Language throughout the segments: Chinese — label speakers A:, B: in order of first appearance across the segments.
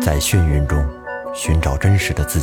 A: 在眩晕中寻找真实的自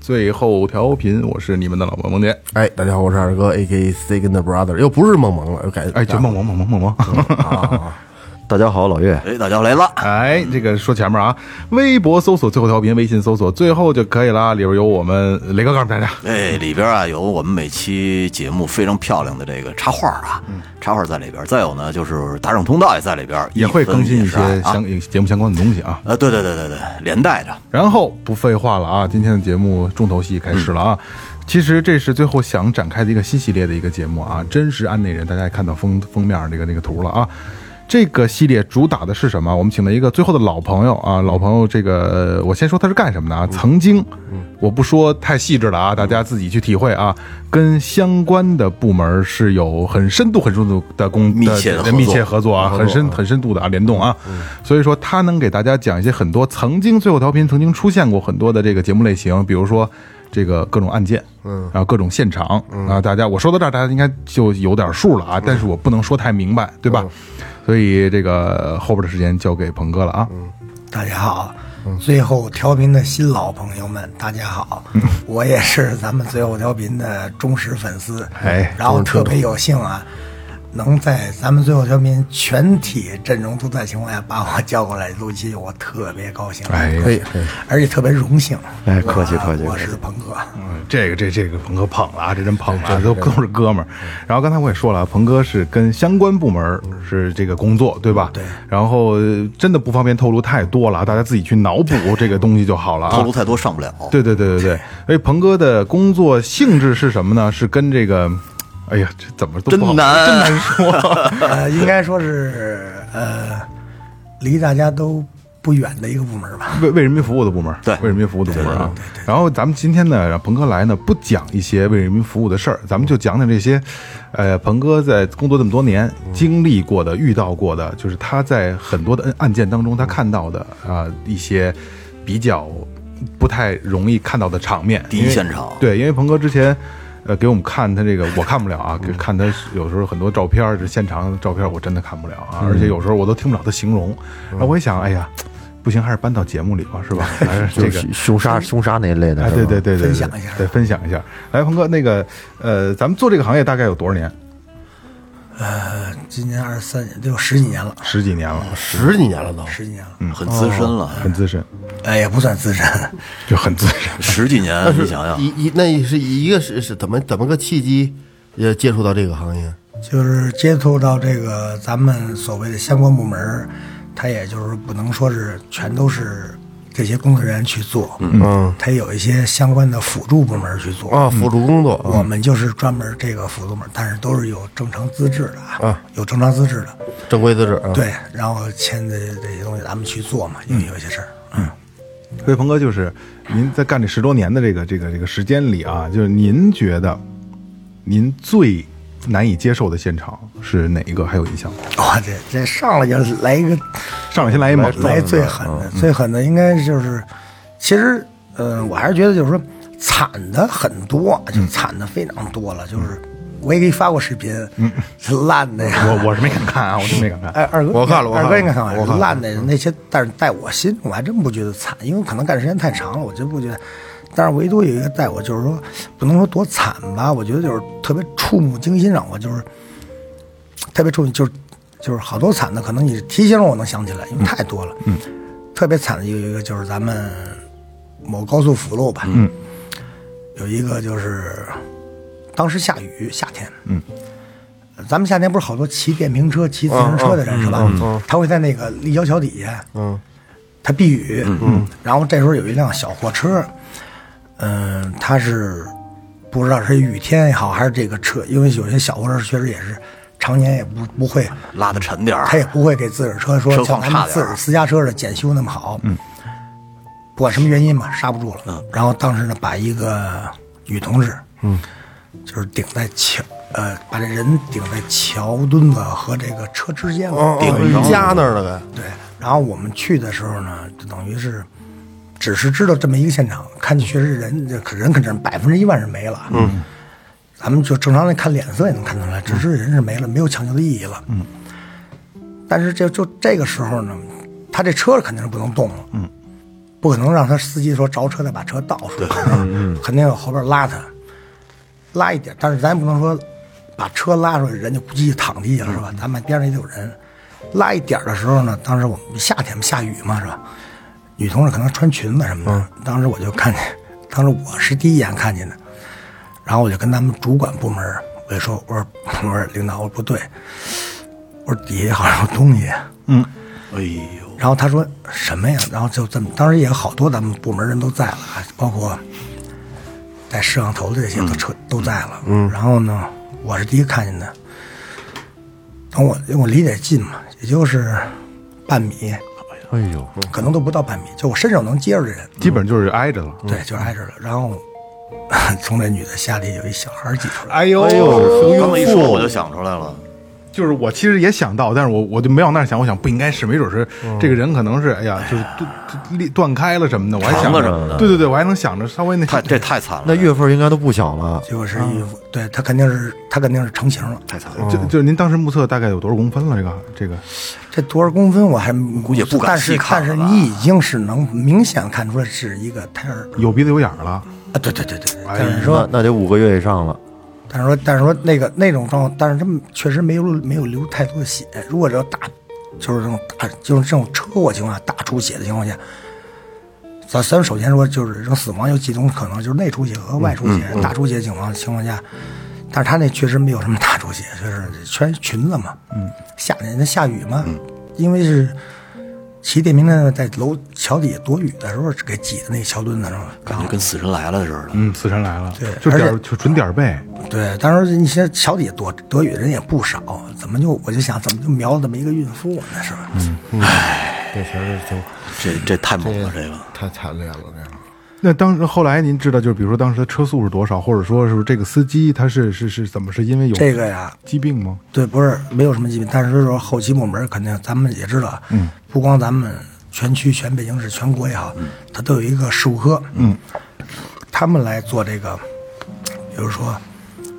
B: 最后调频，我是你们的老萌萌姐。
C: 哎，大家好，我是二哥，A K Second Brother，又不是梦萌了，又改
B: 哎，就梦萌梦萌梦萌。
A: 大家好，老岳。
D: 哎，大家来了，
B: 哎，这个说前面啊，微博搜索最后调频，微信搜索最后就可以啦。里边有我们雷哥告诉大家，
D: 哎，里边啊有我们每期节目非常漂亮的这个插画啊，插画在里边，再有呢就是打赏通道也在里边，
B: 也会更新一
D: 一
B: 些
D: 分也是爱啊，
B: 相节目相关的东西啊。
D: 呃，对对对对对，连带着，
B: 然后不废话了啊，今天的节目重头戏开始了啊。其实这是最后想展开的一个新系列的一个节目啊，真实安内人，大家也看到封封面那个那个图了啊。这个系列主打的是什么？我们请了一个最后的老朋友啊，老朋友，这个呃我先说他是干什么的啊？曾经，我不说太细致了啊，大家自己去体会啊。跟相关的部门是有很深度、很深度的工
D: 密切的合作嗯
B: 密切合作啊，很深很深度的啊联动啊，所以说他能给大家讲一些很多曾经最后调频曾经出现过很多的这个节目类型，比如说这个各种案件，嗯，然后各种现场
D: 嗯
B: 啊，大家我说到这儿，大家应该就有点数了啊，但是我不能说太明白，对
D: 嗯
B: 吧？所以这个后边的时间交给鹏哥了
D: 嗯
B: 啊，
E: 大家好。
A: 嗯
E: 最后调频的新老朋友们，大家好，
A: 嗯
E: 我也是咱们最后调频的忠实粉丝，
B: 哎
E: 然后特别有幸啊，能在咱们最后调频全体阵容都在情况下把我叫过来录期，我特别高兴，啊
B: 哎，
C: 可以，可以，
E: 而且特别荣幸，
A: 哎客气
E: 我
A: 客气
E: 我是鹏 哥，
B: 嗯这个这这个鹏哥捧了啊，这真捧了啊，都都是哥们儿。然后刚才我也说了啊，鹏哥是跟相关部门儿是这个工作，对
D: 嗯
B: 吧？对。然后呃真的不方便透露太多了啊，大家自己去脑补这个东西就好了啊。
D: 透露太多上不了，
B: 对对对对对。所以鹏哥的工作性质是什么呢？是跟这个，哎呀，这怎么都不好
D: 真难
B: 真难说。
E: 呃，应该说是呃，离大家都不远的一个部门吧。
B: 为为人民服务的部门，
D: 对
B: 为人民服务的部门啊。然后咱们今天呢，让鹏哥来呢，不讲一些为人民服务的事儿，咱们就讲讲这些，呃，鹏哥在工作这么多年
D: 嗯
B: 经历过的、遇到过的，就是他在很多的案案件当中他看到的啊、一些比较不太容易看到的场面，
D: 第一
B: 因为
D: 现场
B: 对，因为鹏哥之前。呃，给我们看他这个，我看不了啊，给看他有时候很多照片儿，这现场的照片儿我真的看不了啊，而且有时候我都听不了他形容。然后我一想，哎呀，不行，还是搬到节目里吧，是吧？还是这
C: 就
B: 个
C: 是凶杀凶杀那类的，
B: 哎，
C: 是吧
B: 对对对对，对
E: 分享一下
B: 对，分享一下。来，鹏哥，那个呃，咱们做这个行业大概有多少年？
E: 今年二十三年，得有十几年了，
B: 十几年了，
C: 十几年了都，
E: 十几年了，
A: 嗯
D: 很资深了，
B: 很资深，
E: 哎，也不算资深，
B: 就很资深。
D: 十几年，你想想，
C: 一一那是一个是是怎么怎么个契机，呃，接触到这个行业，
E: 就是接触到这个咱们所谓的相关部门儿，他也就是不能说是全都是这些工作人员去做，嗯，他有一些相关的辅助部门儿去做。
C: 啊，辅助
F: 嗯
C: 工作，
E: 我们就是专门这个辅助部门儿，但是都是有正常资质的
C: 啊，
E: 有正常资质的，
C: 正规资质，啊，
E: 对，然后签的这些东西咱们去做嘛，因为有一些事儿，嗯，
B: 所以，鹏哥就是您在干这十多年的这个这个这个时间里啊，就是您觉得您最难以接受的现场是哪一个？还有印象吗？
E: 哇，这这上来就来一个
B: 上来先来一猛
E: 来
B: 的，嗯
E: 最狠的，最狠的应该就是，其实，呃，我还是觉得就是说，惨的很多，
B: 嗯
E: 就惨的非常多了，就是我也给你发过视频，是烂的呀。
B: 嗯我我是没敢看啊，我是没敢看。
E: 哎，二哥，
C: 我看了我看了
E: 二哥应该看完
C: 我看了
E: 烂的那些，但是在我心中我还真不觉得惨，因为可能干时间太长了，我真不觉得。但是唯独有一个在我就是说，不能说多惨吧，我觉得就是特别触目惊心，让我就是特别触目，就是就是好多惨的，可能你提醒我能想起来，因为太多了。嗯，特别惨的有一个就是咱们某高速辅路吧，嗯，有一个就是当时下雨，夏天，嗯，咱们夏天不是好多骑电瓶车、骑自行车的人、是吧？他会在那个立交桥底下，嗯，他避雨，嗯，然后这时候有一辆小货车，嗯、他是不知道是雨天也好，还是这个车，因为有些小货车确实也是常年也不不会。
D: 拉的沉点儿
E: 他，也不会给自个儿车说
D: 车
E: 像
D: 况
E: 咱们
D: 差点
E: 自
D: 儿
E: 个儿私家车似的检修那么好。嗯，不管什么原因吧，刹不住了。嗯，然后当时呢，把一个女同志，嗯，就是顶在桥，呃，把这人顶在桥墩子和这个车之间
C: 啊
F: 哦
E: 了，
C: 顶上夹那儿了
E: 对，然后我们去的时候呢，就等于是只是知道这么一个现场，看见确实人这可人肯定百分之一万是没了。嗯，咱们就正常的看脸色也能看出来，只是人是没了，没有抢救的意义了。嗯，但是这就这个时候呢，他这车肯定是不能动了。嗯，不可能让他司机说着车再把车倒出来， 肯定有后边拉他，拉一点，但是咱不能说把车拉出来，人就估计就躺地下了是吧？咱们边上也得有人，拉一点的时候呢，当时我们夏天嘛下雨嘛是吧？女同志可能穿裙子什么的，当时我就看见，当时我是第一眼看见的，然后我就跟他们主管部门儿我就说，我说我说领导，我说不对，我说底下好像有东西。
D: 哎呦，
E: 然后他说什么呀？然后就这么，当时也有好多咱们部门人都在了，啊，包括带摄像头的这些都车、都在了。嗯。然后呢，我是第一个看见的。等我，因为我离得也近嘛，也就是半米，
B: 哎呦，
E: 可能都不到半米，就我伸手能接着这人。
B: 基本就是挨着了。
E: 对，就挨着了。然后 从那女的下里有一小孩挤出来，
B: 哎呦，
D: 这么一说我就想出来了，
B: 就是我其实也想到，但是我我就没往那儿想，我想不应该是，没准是这个人可能是，哎呀，就是断裂断开了什么的，我还想
D: 肠
B: 着
D: 子什么的
B: 对对对，我还能想着稍微那
D: 太这太惨了。
C: 那月份应该都不小了，
E: 结果是一，对他肯定是他肯定是成型了。
D: 太惨了，
B: 就就是您当时目测大概有多少公分了？这个这个
E: 这多少公分我还
D: 估计不敢
E: 但
D: 细
E: 是
D: 看
E: 但
D: 了
E: 是
D: 吧
E: 你已经是能明显看出来是一个胎儿
B: 有鼻子有眼儿了，
E: 啊，对对对对，对
B: 哎
E: 但是
C: 那
E: 说
C: 那得五个月以上了。
E: 但是说但是说那个那种状况，但是他们确实没有没有流太多的血。如果这大就是这种大就是这种车祸情况下大出血的情况下，咱咱们首先说就是这种死亡有几种可能，就是内出血和外出血。大出血情况情况下，但是他那确实没有什么大出血，就是全是裙子嘛，嗯，夏天那下雨嘛，因为是。骑电瓶车在楼桥底下躲雨的时候，给挤在那个桥墩子上了，然
D: 感
E: 后
D: 觉跟死神来了似的。
B: 嗯，死神来了，
E: 对
B: 就点儿
E: 而且
B: 就纯点儿背，
E: 对，当时你现在桥底下躲躲雨的人也不少，怎么就我就想怎么就瞄了这么一个孕妇呢？是吧？
C: 这确实挺
D: 这这太猛了，这个
C: 太惨烈了，这样。
B: 那当时后来您知道，就是比如说当时的车速是多少，或者说是不是这个司机他是是是怎么是因为有
E: 这个呀，
B: 疾病吗？
E: 对，不是没有什么疾病，但是说后期部门肯定咱们也知道，嗯，不光咱们全区、全北京市、全国也好，它都有一个事故科，嗯，他们来做这个，比如说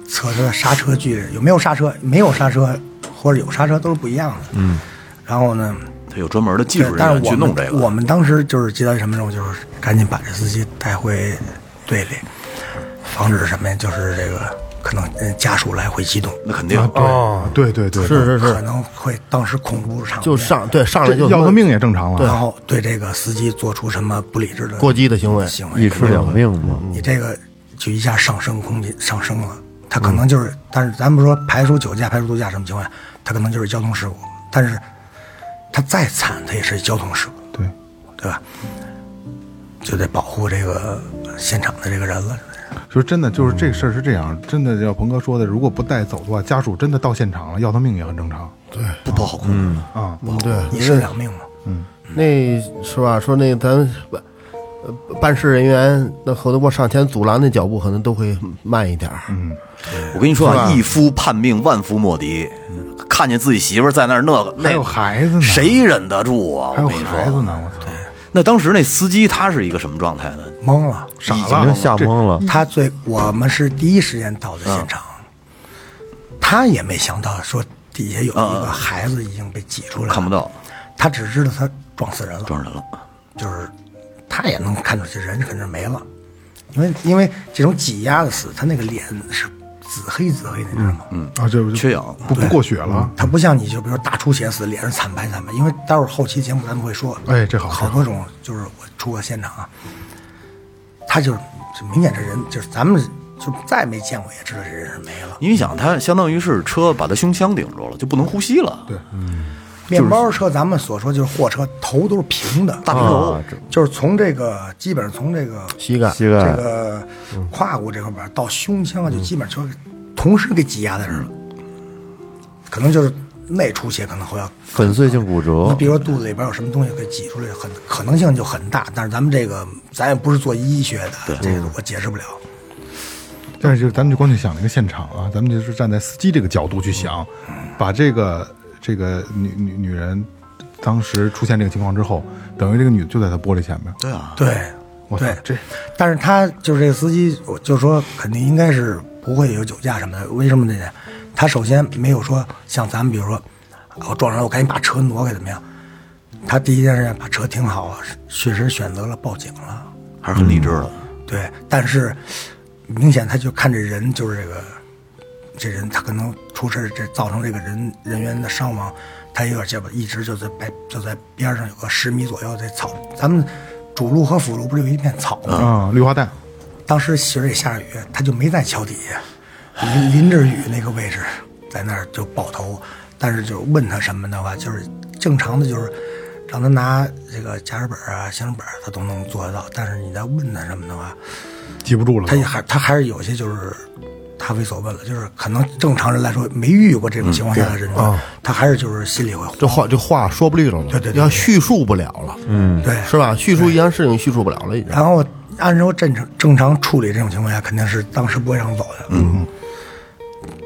E: 测车刹车距离有没有刹车，没有刹车或者有刹车都是不一样的，嗯，然后呢，
D: 他有专门的技
E: 对，
D: 术人
E: 但
D: 员去
E: 是我
D: 弄
E: 们
D: 这
E: 我
D: 个。
E: 们当时就是接到一什么任务，就是赶紧把这司机带回队里，防止什么呀？就是这个可能呃家属来回激动，
D: 那肯定，
B: 啊，对对对对，
C: 是是
E: 可
C: 是，
E: 能会当时恐怖场面
C: 就，上对上来
B: 这
C: 就
B: 要他命也正常了。
E: 然后对这个司机做出什么不理智的
C: 过激的行为，嗯
E: 行为，
C: 一尸两命嘛。
E: 你这个就一下上升空间上升了。他可能就是，但是咱们说排除酒驾、排除毒驾什么情况下，他可能就是交通事故。但是他再惨，他也是交通事故。
B: 对，
E: 对吧？就得保护这个呃现场的这个人了。
B: 就是真的，就是这个事儿是这样，真的要鹏哥说的，如果不带走的话，家属真的到现场了，要他命也很正常
D: 不不好控制。
B: 啊。
C: 嗯，对，
E: 一尸两命嘛，
C: 那是吧？说那咱办呃办事人员，那可能我上前阻拦那脚步，可能都会慢一点儿。
D: 我跟你说啊，
C: 是吧
D: 一夫叛命，万夫莫敌。看见自己媳妇儿在那儿那个，
B: 还有
D: 那
B: 孩子呢，
D: 谁忍得住啊？
B: 还
D: 我
B: 有
D: 跟你
B: 孩子
D: 说，
B: 呢，我操，
D: 那当时那司机他是一个什么状态呢？
E: 懵了。嗯
B: 傻
C: 已
B: 了，
C: 经吓
B: 这
C: 懵了。
E: 他最我们是第一时间到的现场，他也没想到说底下有一个孩子已经被挤出来了，
D: 看不到，
E: 他只知道他撞死人了，
D: 撞人了。
E: 就是他也能看出这人肯定没了，因为因为这种挤压的死，他那个脸是紫黑紫黑的，你知道吗？嗯，
B: 啊，这不
D: 缺氧
B: 不不过血了。
E: 它不像你就比如大出血死，脸上惨白惨白，因为待会儿后期节目咱们会说，
B: 哎这好
E: 好多种，就是我出过现场啊，他就是就明显这人就是咱们就再没见过也知道这人是没了，
D: 因为想他相当于是车把他胸腔顶住了，就不能呼吸了。
B: 对，
E: 面包车咱们所说就是货车头都是平的，
D: 大平头
C: 啊，这
E: 就是从这个基本上从这个
C: 膝盖
E: 这
C: 膝盖
E: 个胯骨这块边到胸腔啊，就基本上就是同时给挤压在这儿了，可能就是内出血可能会要
F: 哦
A: 粉碎性骨折
E: 那比如说肚子里边有什么东西可以挤出来，很可能性就很大。但是咱们这个，咱也不是做医学的，这个我解释不了。
B: 但是就是咱们就光去想那个现场啊，咱们就是站在司机这个角度去想，把这个这个女女女人当时出现这个情况之后，等于这个女的就在她玻璃前面，
D: 对啊，
E: 对，
B: 我操
E: 对，
B: 这
E: 但是他就是这个司机，我就说肯定应该是不会有酒驾什么的。为什么呢？他首先没有说像咱们，比如说啊我撞上了，我赶紧把车挪开怎么样？他第一件事把车停好啊，确实选择了报警了。
D: 还是很理智的。
E: 对，但是明显他就看这人，就是这个这人，他可能出事儿这造成这个人人员的伤亡，他有点结巴，一直就在白就在边上有个十米左右的草，咱们主路和辅路不是有一片草吗？
B: 啊、绿化带，
E: 当时其实也下着雨，他就没在桥底下，林林志宇那个位置，在那儿就抱头，但是就是问他什么的话，就是正常的，就是让他拿这个驾驶本啊、行驶本儿，他都能做得到。但是你再问他什么的话，
B: 记不住了
E: 他也还他还是有些就是他为所问了，就是可能正常人来说没遇过这种情况下的人，他还是就是心里会
C: 这
E: 慌。
C: 话这话说不利落了，
E: 对对对
C: 要叙述不了了，嗯，
E: 对，
C: 是吧？叙述一件事情叙述不了了，已经。
E: 然后按照正常正常处理这种情况下，肯定是当时不会让走的。嗯，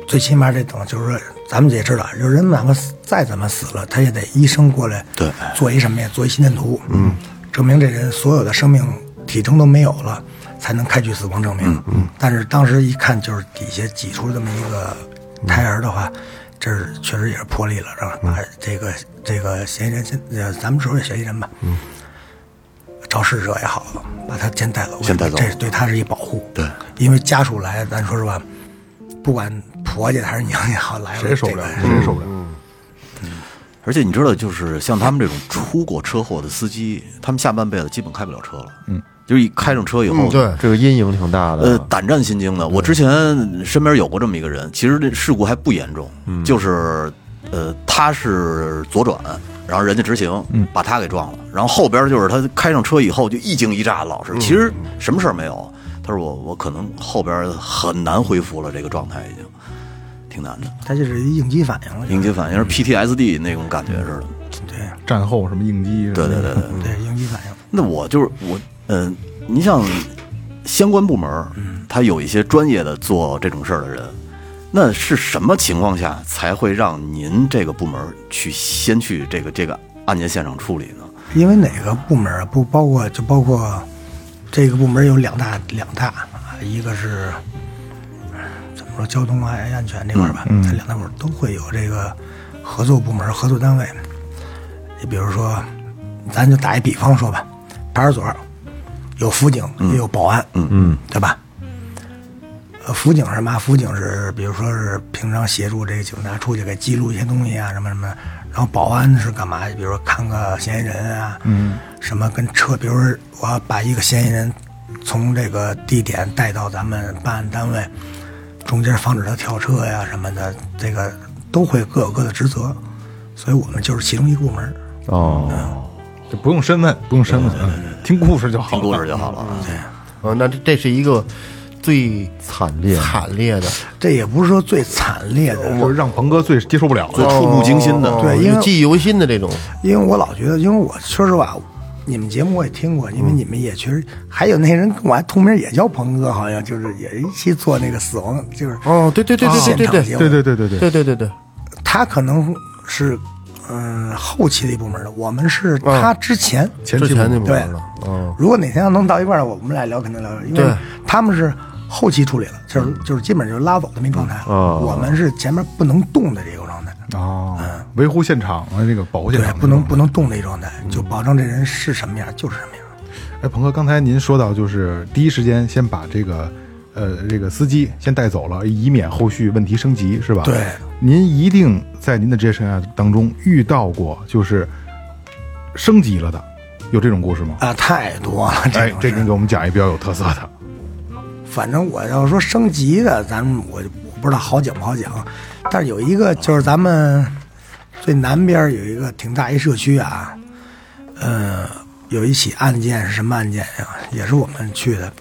E: 最起码得等，就是说咱们也知道，就是人哪怕死再怎么死了，他也得医生过来，
D: 对
E: 做一什么呀？做一心电图，嗯，证明这人所有的生命体征都没有了，才能开具死亡证明。嗯，但是当时一看就是底下挤出这么一个胎儿的话。这是确实也是破例了，让
D: 嗯
E: 把这个这个嫌疑人先，呃，咱们说是嫌疑人吧，嗯，肇事者也好，把他先带走，
D: 先带走
E: 这是对他是一保护。
D: 对，
E: 因为家属来，咱说实话，不管婆家还是娘家好来了，
B: 谁受不了嗯
E: 这个
B: 谁受不了，
D: 而且你知道，就是像他们这种出过车祸的司机，他们下半辈子基本开不了车了。嗯，就是一开上车以后，
C: 嗯，对，
A: 这个阴影挺大
D: 呃，
F: 嗯
A: 的。
D: 胆战心惊的。我之前身边有过这么一个人，其实这事故还不严重，就是呃，他是左转，然后人家直行，把他给撞了，然后后边就是他开上车以后就一惊一乍，老是，其实什么事儿没有。他说我我可能后边很难恢复了，这个状态已经挺难的，
E: 他就是一应激反应了，
D: 应激反应是 PTSD 那种感觉似的。
E: 对
B: 战后什么应激什么
D: 对
B: 的，
D: 对对对。
E: 对应激反应，
D: 那我就是我，嗯、你像相关部门儿，
B: 嗯
D: 他有一些专业的做这种事儿的人，那是什么情况下才会让您这个部门儿去先去这个这个案件现场处理呢？
B: 哦
E: 因为哪个部门啊，不包括就包括这个部门有两大两大，啊一个是怎么说交通安安全这块儿吧，这两大部门都会有这个合作部门、合作单位。你比如说，咱就打一比方说吧，派出所有辅警，也有保安，嗯嗯，对吧？呃，辅警是什么？辅警是比如说是平常协助这个警察出去给记录一些东西啊，什么什么的。然后保安是干嘛？比如说看个嫌疑人啊，嗯，什么跟车，比如说我要把一个嫌疑人从这个地点带到咱们办案单位，中间防止他跳车呀什么的，这个都会各有各的职责，所以我们就是其中一个部门儿。
A: 哦，
B: 就不用身份，不用身份，嗯听故事就好
D: 听
B: 了，
D: 故事就好了
B: 哦
D: 啊。
C: 啊，那这这是一个最
A: 惨烈
C: 惨烈的，
E: 这也不是说最惨烈的，
B: 就是让鹏哥最接受不了
D: 最
B: 的。
D: 触目惊心的，
C: 哦
E: 对因为
C: 记忆犹新的这种，
E: 因为我老觉得，因为我说实话，你们节目我也听
C: 嗯
E: 过，因为你们也确实还有那人跟我还同名也叫鹏哥，好像就是也一起做那个死亡，就是
C: 哦，对对对对对对
E: 现场节
C: 对
E: 目
B: 对对对对对，
C: 对对对对，
E: 他可能是嗯、后期的一部门的，我们是他之前。
B: 前
C: 之
B: 期
C: 啊前那
B: 不
C: 部
E: 对
C: 分了，嗯，
E: 如果哪天要能到一块儿，我们俩聊肯定聊，因为
C: 对
E: 他们是后期处理了，就是就是基本就是拉走的那状态，
C: 嗯
A: 哦
E: 我们是前面不能动的这个状态。
B: 哦，维护现场啊，这个保护现
E: 对
B: 场，
E: 不能不能动的一状态，就
B: 嗯
E: 保证这人是什么样就是什么样。
B: 哎，鹏哥，刚才您说到，就是第一时间先把这个，呃，这个司机先带走了，以免后续问题升级，是吧？
E: 对。
B: 您一定在您的职业生涯当中遇到过，就是升级了的，有这种故事吗？
E: 啊，太多了，
B: 哎
E: 这，种
B: 这
E: 事
B: 您给我们讲一比较有特色的。
E: 反正我要说升级的，咱们我就我不知道好讲不好讲，但是有一个就是咱们最南边有一个挺大一社区啊，呃，有一起案件是什么案件呀、也是我们去的，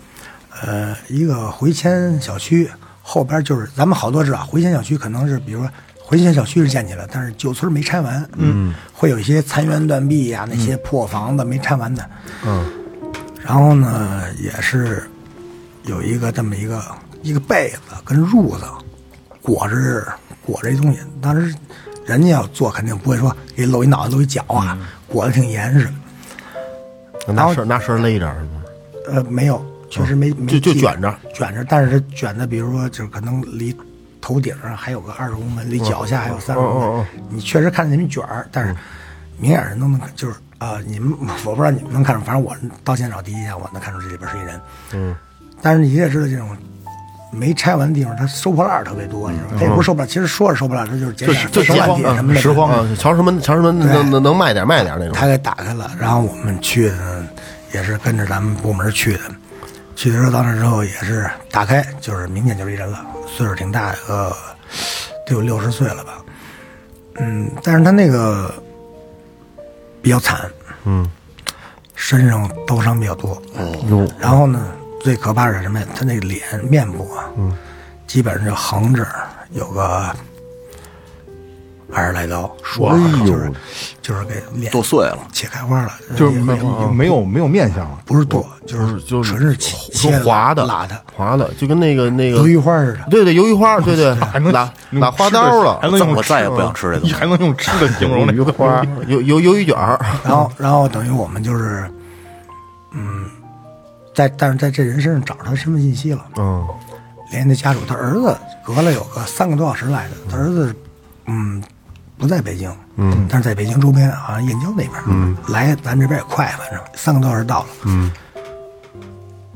E: 呃，一个回迁小区后边就是咱们好多知道回迁小区可能是比如说回迁小区是建起来，但是旧村没拆完，嗯，会有一些残垣断壁呀、那些破房子没拆完的，
C: 嗯，
E: 然后呢，也是有一个这么一个一个被子跟褥子裹着裹着一东西，当时人家要做肯定不会说给露一脑袋露一脚啊，裹得挺严实，
C: 拿绳拿绳勒一点儿是吗？
E: 呃，没有，确实没、没
C: 嗯就就
E: 系
C: 卷着
E: 卷着，但是它卷的，比如说就是可能离头顶上还有个二十公分，离
C: 嗯
E: 脚下还有三十公分，
C: 哦哦
E: 你确实看见你们卷儿，但
C: 嗯
E: 是明眼人都能就是啊、你们 我不知道你们能看出，反正我到现场第一眼我能看出这里边是一人，嗯，但是你也知道这种。没拆完的地方，它收破烂儿特别多，你知道吗？它也不是收破烂儿，其实说是收破烂儿，它就是捡点
C: 嗯就
E: 手
C: 拾
E: 碗
C: 荒
E: 底什么的，
C: 拾荒啊，瞧什么瞧什么能能能卖点卖点那种。
E: 他给打开了，然后我们去的也是跟着咱们部门去的，去的时候到那之后也是打开，就是明显就是一人了，岁数挺大的，呃，得有六十岁了吧，嗯，但是他那个比较惨，
C: 嗯，
E: 身上刀伤比较多，
C: 有
E: 然后呢，最可怕的是什么呀？他那脸面部啊，嗯，基本上就横着有个二十来刀，
C: 哎
E: 说就是就是给脸
D: 剁碎了，
E: 切开花了，
B: 就是
E: 也
B: 没有没有没有面相了。
E: 不是剁，就是
C: 就是
E: 纯是切
C: 就
E: 切
C: 滑的哎
E: 拉的，
C: 划的，就跟那个那个
E: 德玉花似的。
C: 对对，鱿鱼花，对对，
B: 还能
C: 拉
B: 用
C: 拉花刀
B: 吃的
C: 了
B: 还，能用
D: 我再也不想吃这东 西
B: 还能用吃的形容那个花儿。
C: 鱿鱿鱿鱼卷儿，
E: 然后，然后等于我们就是，嗯，在但是在这人身上找着他身份信息了，
C: 嗯，
E: 联系他家属，他儿子隔了有个三个多小时来的，他儿子，嗯，不在北京，嗯，但是在北京周边啊，燕郊那边，嗯，来咱这边也快，反正三个多小时到了，嗯，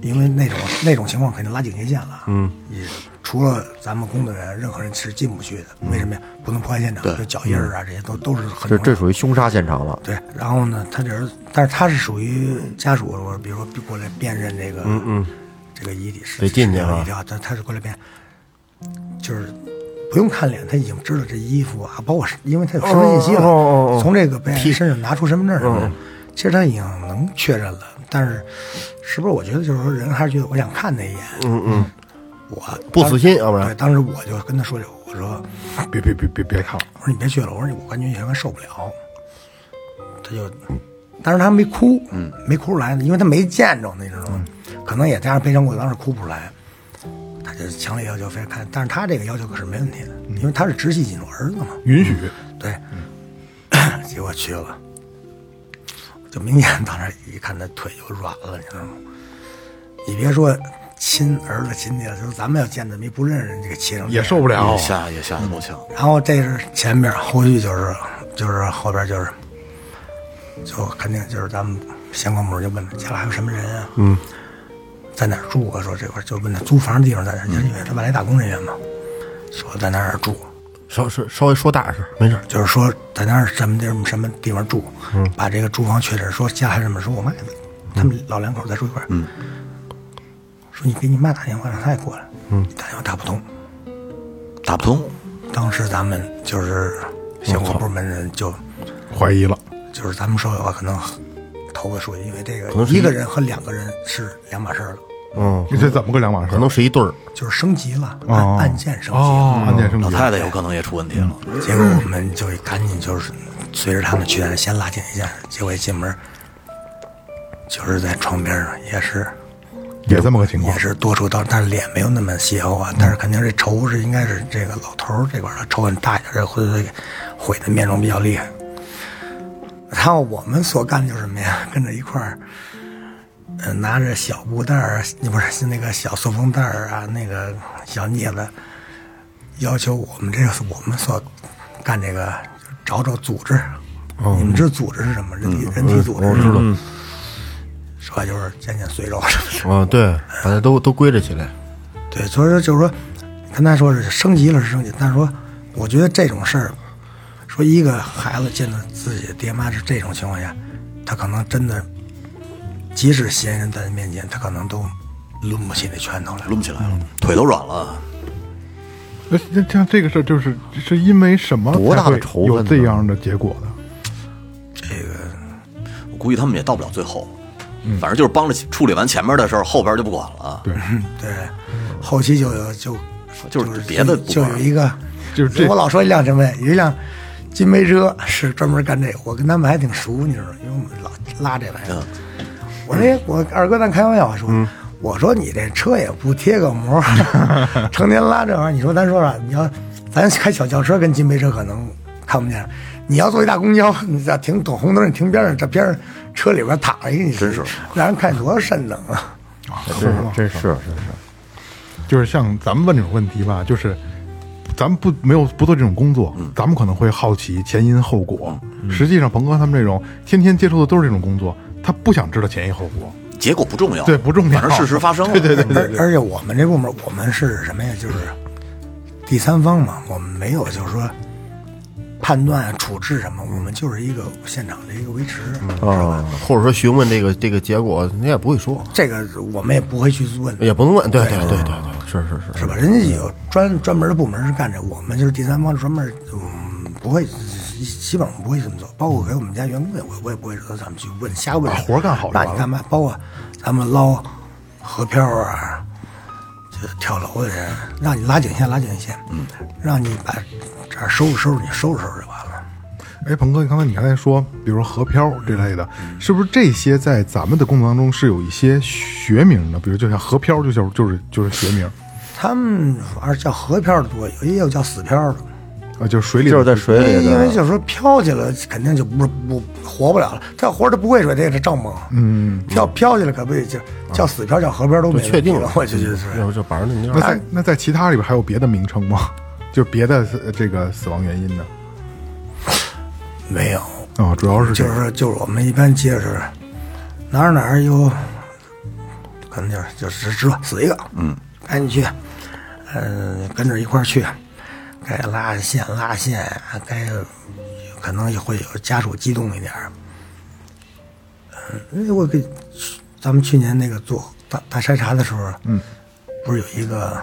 E: 因为那种那种情况肯定拉警戒线了，嗯，也除了咱们工作人员，任何人是进不去的，为什么呀？不能破坏现场，就脚印儿嗯啊，这些都都是
A: 这
E: 很重要
A: 这
E: 的
A: 属于凶杀现场了。
E: 对，然后呢，他这儿，但是他是属于家属，我比如说过来辨认这个，嗯嗯，这个遗体是
C: 得进去啊
E: 啊，但他是过来辨，就是不用看脸，他已经知道这衣服啊，包括是因为他有身份信息了，
C: 哦哦哦哦嗯
E: 从这个被害人身上拿出身份证什么的，其实他已经能确认了，但是是不是？我觉得就是说，人还是觉得我想看那一眼，嗯嗯，我
C: 不
E: 当
C: 死心要不然
E: 对，当时我就跟他说，我说。
B: 别别别别别看了，
E: 我说你别去了，我说我感觉你他妈受不了。他就，但是他没哭，嗯，没哭出来呢，因为他没见着，你知
C: 嗯
E: 道吗？可能也加上悲伤过去，当时哭不出来。他就强烈要求非要看，但是他这个要求可是没问题的，
C: 嗯
E: 因为他是直系亲属儿子嘛。
B: 允许。
E: 对， 结果去了，就明显到那儿一看，那腿就软了，你知道吗？你别说亲儿子亲爹了，就是咱们要见着没不认识人，这个亲
B: 也 受不了
D: 也。吓也吓得够呛。
E: 然后这是前边，后续就是就是后边就是，就肯定就是咱们相关部门就问他家里还有什么人啊？嗯，在哪儿住啊？说这块儿就问他租房的地方在哪儿，就是因为他外来打工人员嘛，说在哪儿哪儿住，
C: 稍稍稍微说大声，没事儿，
E: 就是说在哪儿什么地方什么地方住，
B: 嗯
E: 把这个住房确诊，说家还什么，说我妈也在他们老两口在住一块儿，嗯，说你给你妈打电话让她也过来，嗯，打电话打不通，
B: 嗯
D: 打不通，
E: 当时咱们就是相关部门人就。
B: 怀疑了，
E: 就是咱们说的话，可能头个数，因为这个
C: 能是
E: 一个人和两个人是两码事儿了，
C: 嗯，
B: 这怎么个两码事？
C: 可能是一对儿，
E: 就是升级了，按、
B: 哦
E: 案件升级
B: 哦
E: 了。，
B: 案件升
D: 老
B: 级。
D: 太太有可能也出问题了。
B: 嗯
E: 结果我们就赶紧就是随着他们去，先拉近一下。结果一进门，就是在床边上，也是
B: 也这么个情况嗯
E: 也。是多处刀，但是脸没有那么邪乎啊，但是肯定这仇是应该是这个老头儿这块儿的仇很大一点，这会会毁的面容比较厉害。然后我们所干的就是什么呀？跟着一块儿，呃，拿着小布袋儿，不是是那个小塑封袋儿啊，那个小镊子，要求我们啊这个我们所干这个找找组织。
B: 哦
E: 你们知道组织是什么？
B: 嗯
E: 人体、人体组织是吧？说就是见见随肉什么的。
C: 啊，对，把它都都归着起来，
E: 对，所以说就是说，跟他说是升级了是升级，但是说我觉得这种事儿，说一个孩子见到自己的爹妈是这种情况下，他可能真的，即使嫌疑人在他面前，他可能都抡不起那拳头来。
D: 抡不起来
B: 嗯
D: 了，腿都软了。
B: 那那像这个事儿，就是是因为什么
A: 多大的
B: 才会
A: 仇恨
B: 有
A: 呢
B: 这样的结果的？
E: 这个
D: 我估计他们也到不了最后，
B: 嗯
D: 反正就是帮着处理完前面的事儿，后边就不管了。
B: 对，
E: 对，后期就有就
D: 就是别的不
E: 就有
D: 玩。
E: 一个，
B: 就是这
E: 我老说一辆什么呀，有一辆金杯车是专门干这个，我跟他们还挺熟，你知道吗，因为我们老拉这玩
D: 嗯
E: 意儿。我说哎我二哥咱开玩笑说，
B: 嗯
E: 我说你这车也不贴个膜，成天拉这玩意儿， 你说咱说啥？你要咱开小轿车跟金杯车可能看不见，你要坐一大公交，你在停等红灯，你停边上，这边上车里边躺一个，你真
D: 是
E: 让人看多瘆得慌啊！
F: 真是真是真是，
B: 就是像咱们问这种问题吧，就是咱们不没有不做这种工作，咱们可能会好奇前因后果。实际上，鹏哥他们这种天天接触的都是这种工作，他不想知道前因后果。
D: 结果不重要，
B: 对不重哦要
D: 反正事实发生了。 对对对，
E: 而而且我们这部门，我们是什么呀？就是第三方嘛，我们没有就是说判断、处置什么，我们就是一个现场的一个维持，
D: 嗯
E: 是吧？
C: 或者说询问这个这个结果，人家也不会说，
E: 这个我们也不会去问，
C: 也不能问。对对对对对，是是是，
E: 是吧？人家有专专门的部门是干这，我们就是第三方专门，嗯，不会，基本上不会这么做。包括给我们家员工也，我我也不会说咱们去问瞎问，
B: 把活儿干好就
E: 那
B: 完了
E: 你干嘛？包括咱们捞河漂啊，这跳楼的人，让你拉警线，拉警线，嗯，让你把这儿收拾收拾，你收拾收拾就完了。
B: 哎，鹏哥，你刚才你刚才说，比如说河漂这类的，是不是这些在咱们的工作当中是有一些学名的？比如就像河漂，就叫就是就是学名
E: 他们反正叫河漂的多，有也有叫死漂的。
B: 啊，就是水里
F: 就是在
E: 哎
F: 水里
E: 因为
F: 的，
E: 就是说飘起来肯定就不不活不了了，他要活着不会水，这也是赵猛。嗯，要飘起来可不得就叫死漂叫河边都没问
C: 啊就
E: 题
C: 确定了嗯
E: 我就觉得是
C: 要不就板儿那
B: 那
C: 样。
B: 在那在其他里边还有别的名称吗？就是别的呃这个死亡原因呢？
E: 没有，
B: 啊、主要是这
E: 嗯就
B: 个
E: 是说就是我们一般接着是哪儿哪儿有，可能就是就是知道死一个，嗯，赶紧去，嗯、跟着一块儿去，该拉线拉线，该可能也会有家属激动一点儿。嗯，我给咱们去年那个做大大筛查的时候，嗯，不是有一个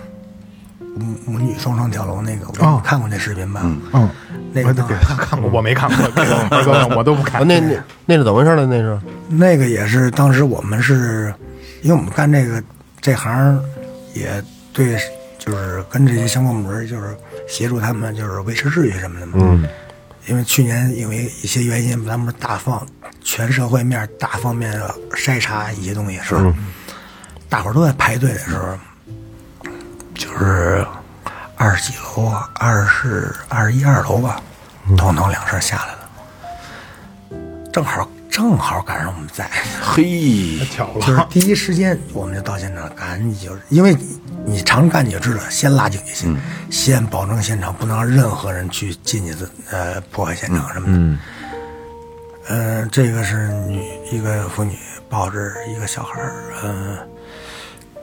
E: 母母女双双跳楼那个，我
B: 哦
E: 看过那视频吧？
B: 嗯，
E: 那
B: 我
E: 个当
B: 给他看过，我没看过，鹏哥我都不
C: 啊
B: 看。
C: 那那那是怎么回事呢？那是
E: 那个也是当时我们是，因为我们干这个这行，也对，就是跟这些相关部门儿就是协助他们就是维持秩序什么的嘛。嗯。因为去年因为一些原因，咱们大放全社会面大方面地筛查一些东西，是吧？大伙儿都在排队的时候，就是二十几楼啊，二十二一二楼吧，咚咚两声下来了，正好正好赶上我们在。
D: 嘿，
B: 巧了，
E: 就是第一时间我们就到现场，赶紧就是因为你你常干你就知道，先拉警戒线，先保证现场不能让任何人去进去的呃破坏现场什么的。嗯，呃，这个是女一个妇女抱着一个小孩儿，呃，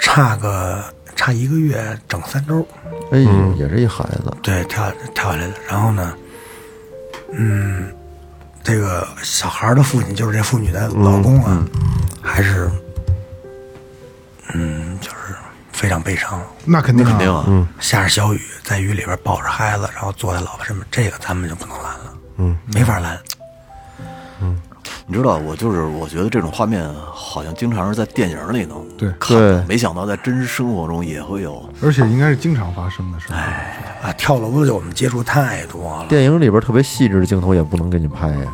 E: 差个差一个月整三周，
C: 嗯
F: 哎呦，也是一孩子，
E: 对，跳跳下来的。然后呢，嗯，这个小孩儿的父亲就是这妇女的老公
B: 嗯
E: 啊，还是，嗯，就是非常悲伤。
B: 那肯定
D: 肯定
B: 啊，
E: 嗯
D: 啊，
E: 下着小雨，在雨里边抱着孩子，然后坐在老婆身边，这个咱们就不能拦了，嗯，没法拦。
D: 你知道，我就是我觉得这种画面好像经常是在电影里能
B: 对
D: 看到
F: 对
D: 没想到在真生活中也会有。
B: 而且应该是经常发生的事儿。
E: 啊，跳楼的就我们接触太多了，
F: 电影里边特别细致的镜头也不能给你拍呀，
C: 嗯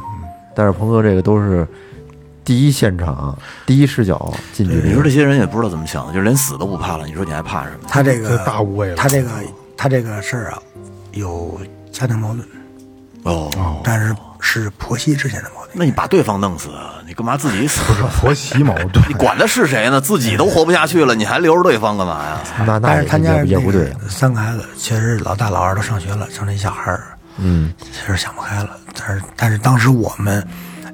F: 但是鹏哥这个都是第一现场、第一视角近距
D: 你
F: 离
D: 说，这些人也不知道怎么想的，就连死都不怕了，你说你还怕什么？
E: 他这个
B: 这大无畏了
E: 他这个他这个事儿啊，有家庭矛盾，
D: 哦，
E: 但是是婆媳之间的矛盾。
D: 那你把对方弄死，啊你干嘛自己死？
B: 婆媳矛 盾
D: 你管他是谁呢？自己都活不下去了，你还留着对方干嘛呀？
F: 啊那那
E: 但是他家
F: 也也
E: 那
F: 不
E: 个
F: 对，啊
E: 三个孩子，其实老大老二都上学了，剩这一小孩儿，嗯，其实想不开了。但是但是当时我们，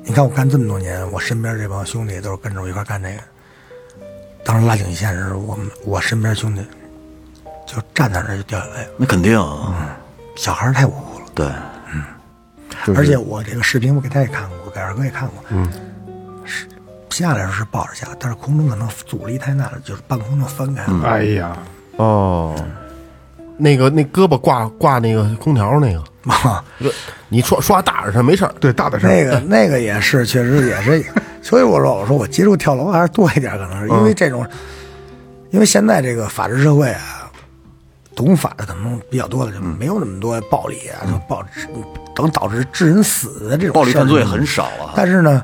E: 你看我干这么多年，我身边这帮兄弟都是跟着我一块儿干这个。当时拉警线的时候，我们我身边兄弟就站在那儿就掉眼泪了，
D: 那肯定啊，
E: 小孩儿太无辜了。
D: 对，
F: 就是
E: 而且我这个视频我给他也看过，我给二哥也看过，嗯，是下来的时候是抱着下，但是空中可能阻力太大了，就是半空中翻开了。
F: 嗯
B: 哎呀，
F: 哦，
C: 那个那胳膊挂挂那个空调那个，你刷刷大点声没事儿。
B: 对大的事儿，
E: 那个 那个也是，确实也是，所以我说我说我接触跳楼还
D: 嗯
E: 是多一点，可能是因为这种，因为现在这个法治社会啊，懂法的可能比较多了，就
D: 嗯
E: 没有那么多暴力啊，就暴等导致致人死的这种
D: 暴力
E: 事儿
D: 犯罪很少啊。
E: 但是呢，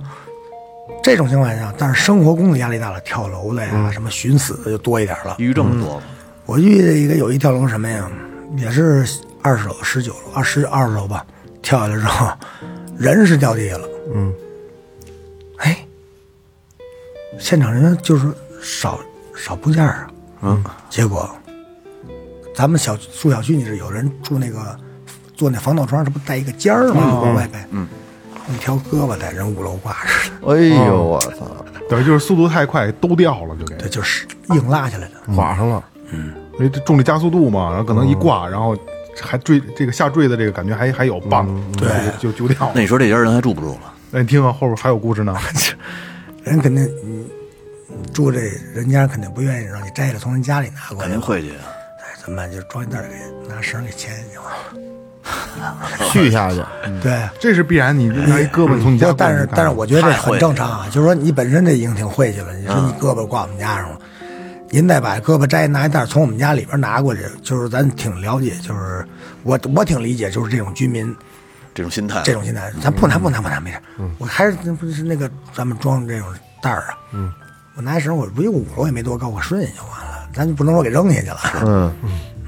E: 这种情况下，但是生活工作压力大了，跳楼的呀，
D: 嗯
E: 什么寻死的就多一点了
D: 抑。郁症多，
E: 我遇见一个有一跳楼什么呀，也是二十楼、十九楼、二啊十二十楼吧，跳下来之后， 人是掉地下了，嗯，哎，现场人就是少少部件儿啊，嗯，结果咱们小住小区你是有人住那个坐那防盗窗，这不带一个尖儿吗？往外呗，嗯，一条胳膊在人五楼挂着呢，
F: 哎呦
E: 哦
F: 我操！
B: 等于就是速度太快，都掉了就给
E: 对，，就是硬拉下来的。
C: 划上了，
E: 嗯
B: 因为这重力加速度嘛，然后可能一挂，然后还坠这个下坠的这个感觉还还有棒，
E: 嗯对
B: 就就就掉了
D: 那。你说这家人还住不住了？
B: 那你听啊，后边还有故事 呢。
E: 人肯定你你住这人家肯定不愿意让你摘下来从人家里拿过来，
D: 肯定会去啊。
E: 哎怎么办？就装一袋儿给拿绳儿给牵进去了。
C: 续下去，
D: 嗯
E: 对，
B: 这是必然，你拿一胳膊从你家
E: 不
B: 过来
E: 但是
B: 就干
E: 但是我觉得这
D: 太会嗯
E: 很正常啊，就是说你本身这已经挺晦气了，你说你胳膊挂我们家上了，您再把胳膊摘拿一袋儿从我们家里边拿过去，就是咱挺了解，就是我我挺理解，就是这种居民
D: 这种心态，
E: 这种心态，咱不拿不拿不拿，没事。我还是那不是那个咱们装这种袋儿啊，嗯，我拿一绳，我不一个五楼也没多高，我顺下就完了，咱就不能说给扔下去了。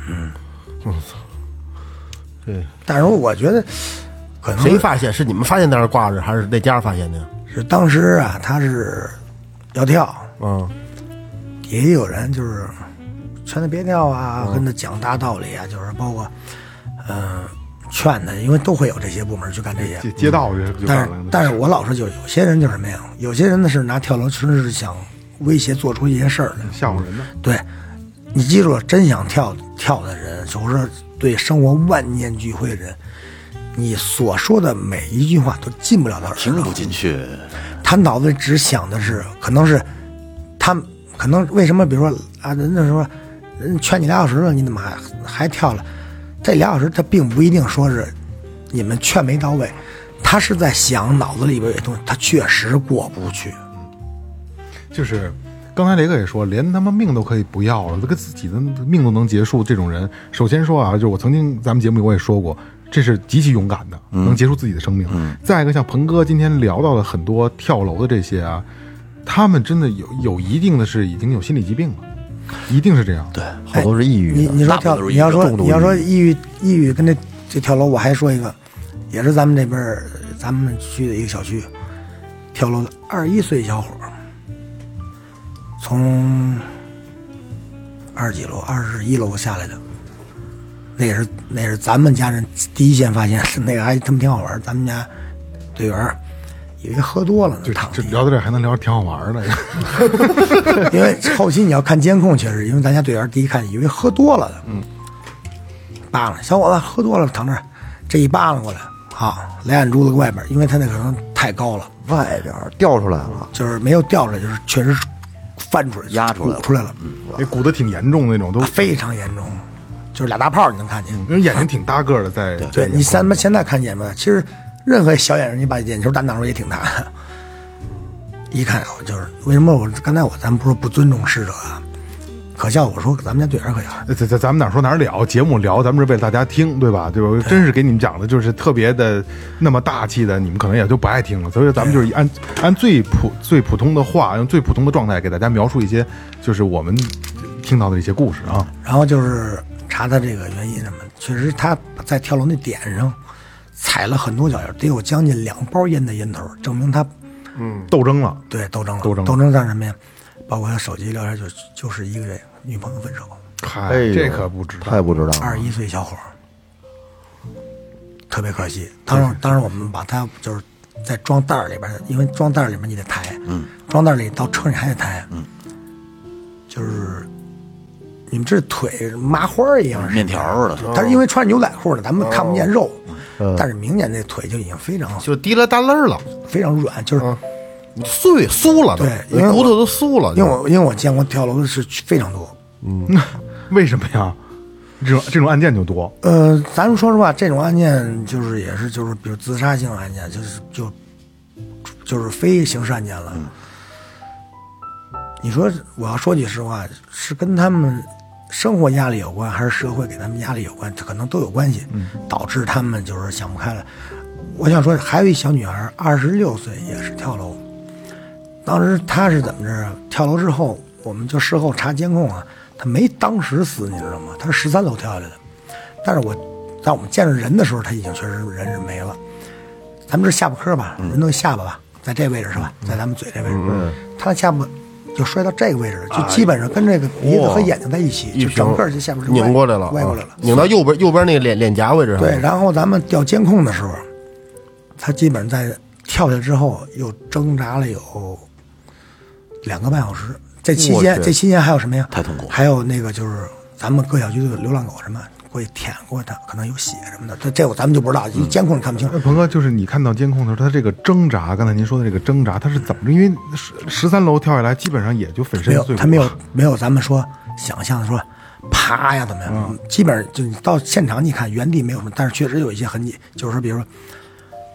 F: 嗯，
E: 但是我觉得可能
C: 谁发现？是你们发现在那儿挂着，还是那家发现的？
E: 是当时啊，他是要跳，
C: 嗯，
E: 也有人就是劝他别跳啊，跟他讲大道理啊，就是包括嗯、呃劝他，因为都会有这些部门去干这些
B: 街。街道就就
E: 但
B: 干
E: 是
B: 了。
E: 但是我老说，就是有些人就是什么呀，有些人呢是拿跳楼其实是想威胁做出一些事儿来。
B: 吓唬人呢，
E: 对，你记住了，真想跳跳的人，就是说对生活万念俱灰的人，你所说的每一句话都进不了他耳
D: 听
E: 朵
D: 不，进去，
E: 他脑子里只想的是，可能是他可能为什么，比如说啊，人家说人劝你俩小时了，你怎么还还跳了？这俩小时他并不一定说是你们劝没到位，他是在想脑子里边有些东西，他确实过不去。
B: 就是刚才雷哥也说，连他妈命都可以不要了，这个自己的命都能结束，这种人，首先说啊，就是我曾经咱们节目里我也说过。这是极其勇敢的，
E: 嗯
B: 能结束自己的生命。再一个，像鹏哥今天聊到的很多跳楼的这些啊，他们真的有有一定的是已经有心理疾病了，一定是这样。对，
F: 好多是抑郁
E: 哎你
F: 的，
E: 你说
D: 大部分都，是抑
E: 跳
D: 郁
E: 你要说
F: 重度抑郁
E: 你要说抑郁抑郁跟这这跳楼，我还说一个，也是咱们这边儿咱们区的一个小区跳楼的二十一岁小伙儿，从二十几楼二十一楼下来的，那也是那也是咱们家人第一线发现， 那个还他妈挺好玩儿，咱们家队员儿以为喝多了呢，
B: 就
E: 躺
B: 就
E: 地
B: 聊到这儿还能聊，挺好玩 儿的。
E: 因为后期你要看监控，确实，因为咱家队员第一看以为喝多了的，嗯，扒拉小伙子喝多了躺这儿，这一扒拉过来，好，俩眼珠子搁外边儿，因为他那可能太高了，
F: 外边儿掉出来了，
E: 就是没有掉出来，就是确实翻出来
D: 压出来了嗯
E: 鼓出来了，啊
B: 那鼓得挺严重那种，都
E: 非常严重，就是俩大泡儿你能看见，
D: 嗯
B: 因为眼睛挺大个儿的，在
E: 对你咱们现在看见吧，其实任何小眼睛，你把眼球打挡住也挺大。一看啊，就是为什么我刚才我咱们不是不尊重逝者啊，可笑，我说咱们家队员可笑。
B: 呃咱咱咱们哪说哪儿了？节目聊，咱们是为了大家听，对吧？对吧？真是给你们讲的，就是特别的那么大气的，你们可能也就不爱听了。所以咱们就是按按最普最普通的话，用最普通的状态给大家描述一些，就是我们听到的一些故事啊。
E: 然后就是查他这个原因什么，确实他在跳楼那点上踩了很多脚印，得有将近两包烟的烟头，证明他
B: 斗争了，
E: 对斗争了，
B: 斗争了
E: 斗争干什么呀？包括他手机聊天就就是一个月女朋友分手，
B: 嗨
F: 哎，呦
B: 这可不知道。
F: 太不知道
E: 二
F: 了。
E: 十一岁小伙儿，特别可惜。当然，当然我们把他就是在装袋儿里边儿，因为装袋儿里面你得抬，嗯，装袋儿里到车上你还得抬，嗯，就是你们这腿麻花儿一样是，
D: 面条儿的，
E: 他是因为穿牛仔裤呢，咱们看不见肉，但是明显那腿就已经非常
C: 就滴了哒楞儿了，
E: 非常软，就是
C: 碎酥了都，
E: 对因为我
C: 骨头都酥了，
E: 因为我因为我见过跳楼的是非常多。
B: 为什么呀？这种这种案件就多，
E: 呃，咱们说实话，这种案件就是也是就是比如自杀性案件，就是就就是非刑事案件了。你说我要说句实话，是跟他们生活压力有关，还是社会给他们压力有关，这可能都有关系，导致他们就是想不开了。我想说，还有一小女孩，二十六岁也是跳楼，当时她是怎么着啊？跳楼之后，我们就事后查监控啊，她没当时死，你知道吗？她是十三楼跳下来的，但是我在我们见着人的时候，她已经确实人是没了。咱们这下巴颏儿吧，
C: 嗯
E: 人都下巴吧，在这位置是吧？在咱们嘴这位置，她的下巴就摔到这个位置了，就基本上跟这个鼻子和眼睛在一起，
C: 哎一
E: 就
C: 瓶
E: 整个儿就下面就歪
C: 拧过来了，
E: 歪过来了
C: 啊，拧到右边右边那个脸脸颊位置上。
D: 嗯
E: 对，，然后咱们调监控的时候，他基本上在跳下之后又挣扎了有两个半小时。这期间，这期间还有什么呀？
D: 太痛苦了
E: 还有那个就是咱们各小区的流浪狗什么会舔过它，可能有血什么的。这这我咱们就不知道，
D: 嗯
E: 因为监控看不清楚
B: 那。呃鹏哥，就是你看到监控的时候，他这个挣扎，刚才您说的这个挣扎，他是怎么着？因为十十三楼跳下来，基本上也就粉身
E: 没有
B: 碎骨。
E: 他没有，没有咱们说想象的说啪呀怎么
D: 嗯
E: 样，基本上就你到现场你看原地没有什么，但是确实有一些痕迹，就是说比如说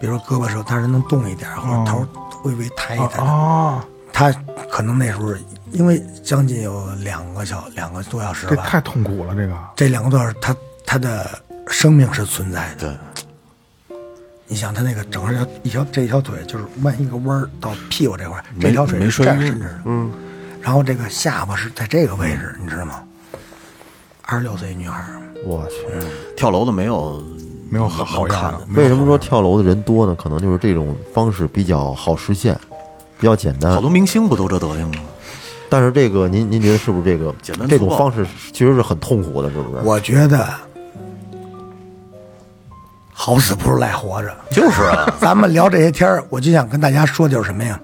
E: 比如说胳膊时候它是能动一点，或
D: 哦
E: 者头微微抬一抬的，
B: 啊，
E: 他可能那时候因为将近有两个小两个多小时
B: 这
E: 吧，
B: 太痛苦了，这个。
E: 这两个多小时他他的生命是存在的。
D: 对，
E: 你想他那个整个条一条这一条腿就是弯一个弯儿到屁股这块儿，
D: 没
E: 这条腿
D: 没
E: 是
D: 摔
E: 这样
D: 晕
E: 伸直的，嗯，然后这个下巴是在这个位置，你知道吗？二十六岁女孩儿，
F: 我去，
D: 跳楼的没有
B: 没有好好样的，没
F: 为
B: 有
F: 什么说跳楼的人多呢？可能就是这种方式比较好实现，比较简单
D: 好。多明星不都这德行吗？
F: 但是这个您您觉得是不是这个
D: 简单粗暴
F: 这种方式其实是很痛苦的，是不是？
E: 我觉得好死不如赖活着。
D: 就是啊，
E: 咱们聊这些天儿，我就想跟大家说，就是什么呀？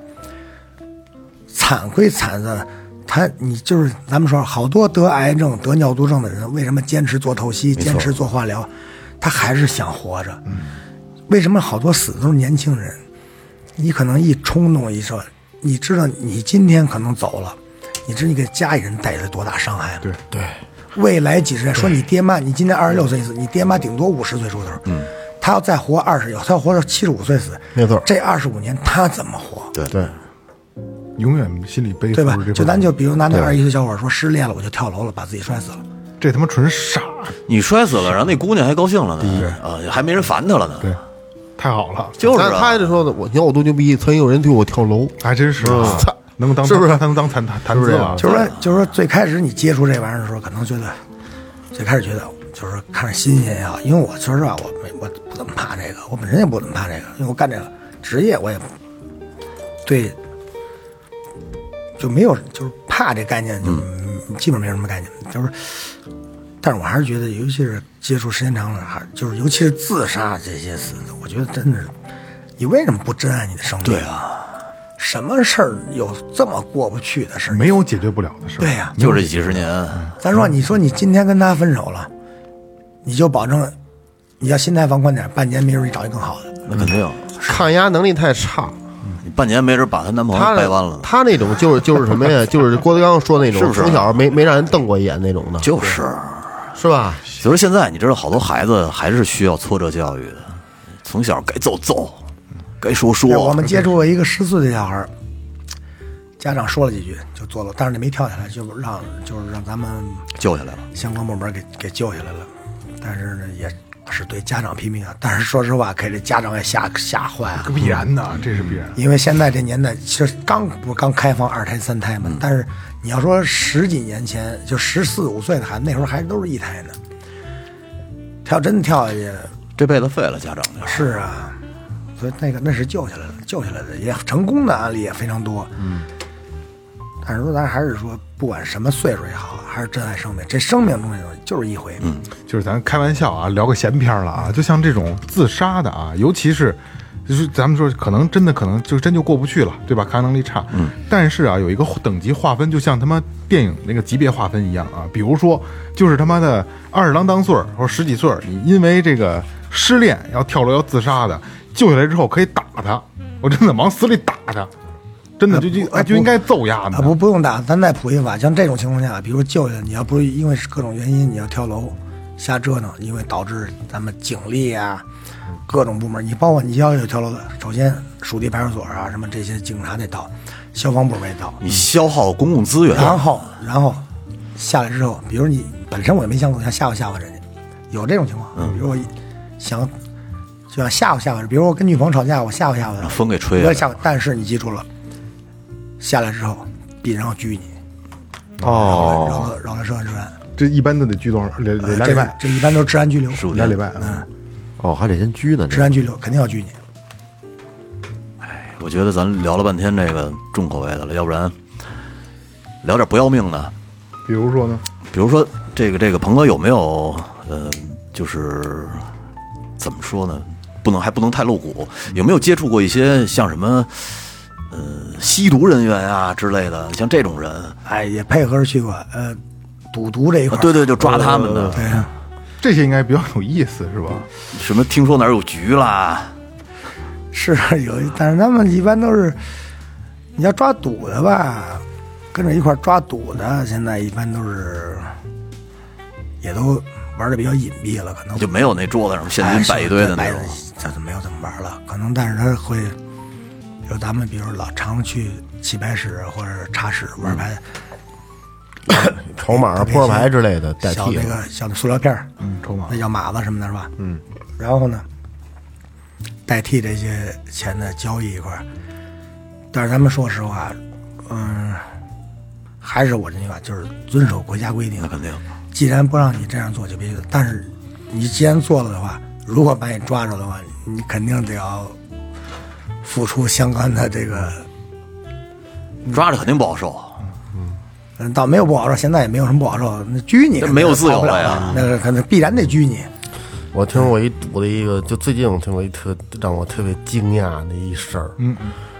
E: 惨归惨的，他你就是咱们说，好多得癌症、得尿毒症的人，为什么坚持做透析、坚持做化疗？他还是想活着。为什么好多死的都是年轻人？你可能一冲动一说，你知道你今天可能走了，你知道你给家里人带来多大伤害吗？
B: 对
C: 对，
E: 未来几十年，说你爹妈，你今年二十六岁死，你爹妈顶多五十岁出头，嗯，他要再活二十有，他要活到七十五岁死，
C: 没错
E: 这二十五年他怎么活？
D: 对
C: 对，
B: 永远心里背负
E: 对吧
B: 着这？份
E: 就咱就比如拿那二十一岁小伙说失恋了，我就跳楼了，把自己摔死了。
B: 这他妈纯傻，
D: 你摔死了，然后那姑娘还高兴了呢，啊，还没人烦她了呢，
B: 对，太好了，
D: 就是
C: 他他
D: 啊，
C: 这说的，我你看我多牛逼，曾经有人对我跳楼，
B: 还真是啊
C: 操
B: 能当
C: 是不是
B: 能当谈谈谈资了？
E: 就是说，就是说，最开始你接触这玩意儿的时候，可能觉得，最开始觉得就是看着新鲜也好，因为我说实话，我没我不怎么怕这个，我本身也不怎么怕这个，因为我干这个职业，我也不对就没有就是怕这概念，就、嗯基本没什么概念，就是。但是我还是觉得，尤其是接触时间长了，还就是尤其是自杀这些死的，我觉得真的是，你为什么不珍爱你的生命？对啊，什么事儿有这么过不去的事儿？
B: 没有解决不了的事儿。
E: 对呀、嗯
D: 就这几十年，
E: 咱说，你说你今天跟他分手了，你就保证你要心态放宽点，半年没准你找一更好的。
D: 那肯定，
C: 抗压能力太差。
D: 你半年没准把她男朋
C: 他
D: 友掰弯了呢，
C: 他那种就是就是什么呀？就是郭德纲说那种，
D: 是不是
E: 啊
C: 从小没没让人瞪过一眼那种的，
D: 就是。
C: 是吧？
D: 所以说现在你知道，好多孩子还是需要挫折教育的，从小该揍揍，该说
E: 对我
D: 说。
E: 们接触过一个十岁的小孩儿，家长说了几句就坐了，但是那没跳下来，就让就是让咱们
D: 救下来了，
E: 相关部门给给救下来了。但是呢，也是对家长批评啊。但是说实话，给这家长也吓吓坏了。
B: 必然的，这是必然。
E: 因为现在这年代，其实刚不是刚开放二胎、三胎嘛，但是你要说十几年前，就十四五岁的孩子，那时候还都是一胎呢。他要真跳下去，
D: 这辈子废了家长就是
E: 啊，所以那个那是救下来了，救下来的也成功的案例也非常多。嗯，但是说咱还是说，不管什么岁数也好，还是珍爱生命，这生命东西就是一回。嗯，
B: 就是咱开玩笑啊，聊个闲篇儿了啊。就像这种自杀的啊，尤其是就是咱们说，可能真的可能就真就过不去了，对吧？抗压能力差。嗯。但是啊，有一个等级划分，就像他妈电影那个级别划分一样啊。比如说，就是他妈的二十郎当岁儿或者十几岁儿，你因为这个失恋要跳楼要自杀的，救下来之后可以打他，我真的往死里打他，真的就就哎就应该揍丫
E: 啊
B: 的。
E: 不不用打，咱再普一法，像这种情况下，比如救下你要不是因为是各种原因你要跳楼，瞎折腾，因为导致咱们警力啊，各种部门，你包括你要有跳楼的，首先属地派出所啊什么这些警察得到，
D: 嗯
E: 消防部门也到，
D: 你消耗公共资源，
E: 然后然后下来之后，比如你本身我也没想怎么样吓唬吓唬人家，有这种情况，
D: 嗯
E: 比如我想就想吓唬吓唬人，比如我跟女朋友吵架，我吓唬吓唬她
D: 让，啊风给吹
E: 我也
D: 了。
E: 吓唬，但是你记住了，下来之后必然要拘你，然
F: 哦，
E: 后然后说完治安，
B: 这一般都得拘多少？俩
E: 呃
B: 俩礼
E: 这
B: 拜，
E: 这一般都是治安拘留，
D: 五
B: 俩
D: 天
B: 礼拜。嗯，
F: 哦，还得先拘呢，
E: 治
F: 这
E: 安拘留肯定要拘你。
D: 我觉得咱聊了半天这个重口味的了，要不然聊点不要命的，
B: 比如说呢？
D: 比如说这个这个鹏哥有没有呃，就是怎么说呢？不能还不能太露骨，有没有接触过一些像什么呃吸毒人员啊之类的，像这种人？
E: 哎，也配合着去过，呃，赌徒这一块
D: 啊
E: 儿，
D: 对对，就抓他们的，
E: 对啊，
B: 这些应该比较有意思，是吧？
D: 什么听说哪儿有局啦，
E: 是有，但是他们一般都是，你要抓赌的吧，跟着一块儿抓赌的，现在一般都是，也都玩的比较隐蔽了，可能
D: 就没有那桌子上现
E: 哎
D: 金
E: 是
D: 摆一堆的那
E: 摆
D: 种。
E: 这就没有怎么玩了，可能但是他会，有咱们比如老常去棋牌室或者茶室玩牌，
D: 嗯
C: 筹码啊、
E: 特别
C: 扑克牌之类的代
E: 小
C: 替
E: 那
C: 了。
E: 个小的塑料片儿，
B: 嗯，筹码
E: 那叫码子什么的，是吧？嗯。然后呢，代替这些钱的交易一块儿，但是咱们说实话，嗯，还是我这句话，就是遵守国家规定
D: 那。肯定，
E: 既然不让你这样做，就别去。但是你既然做了的话，如果把你抓住的话，你肯定得要付出相关的这个。
D: 抓着肯定不好受。
E: 嗯，倒没有不好受，现在也没有什么不好受。那拘你
D: 这
E: 肯定
D: 没有自由了呀
E: 逃不那个可能必然得拘你。
C: 我听过一赌的一个，就最近我听过一特让我特别惊讶的一事儿，嗯，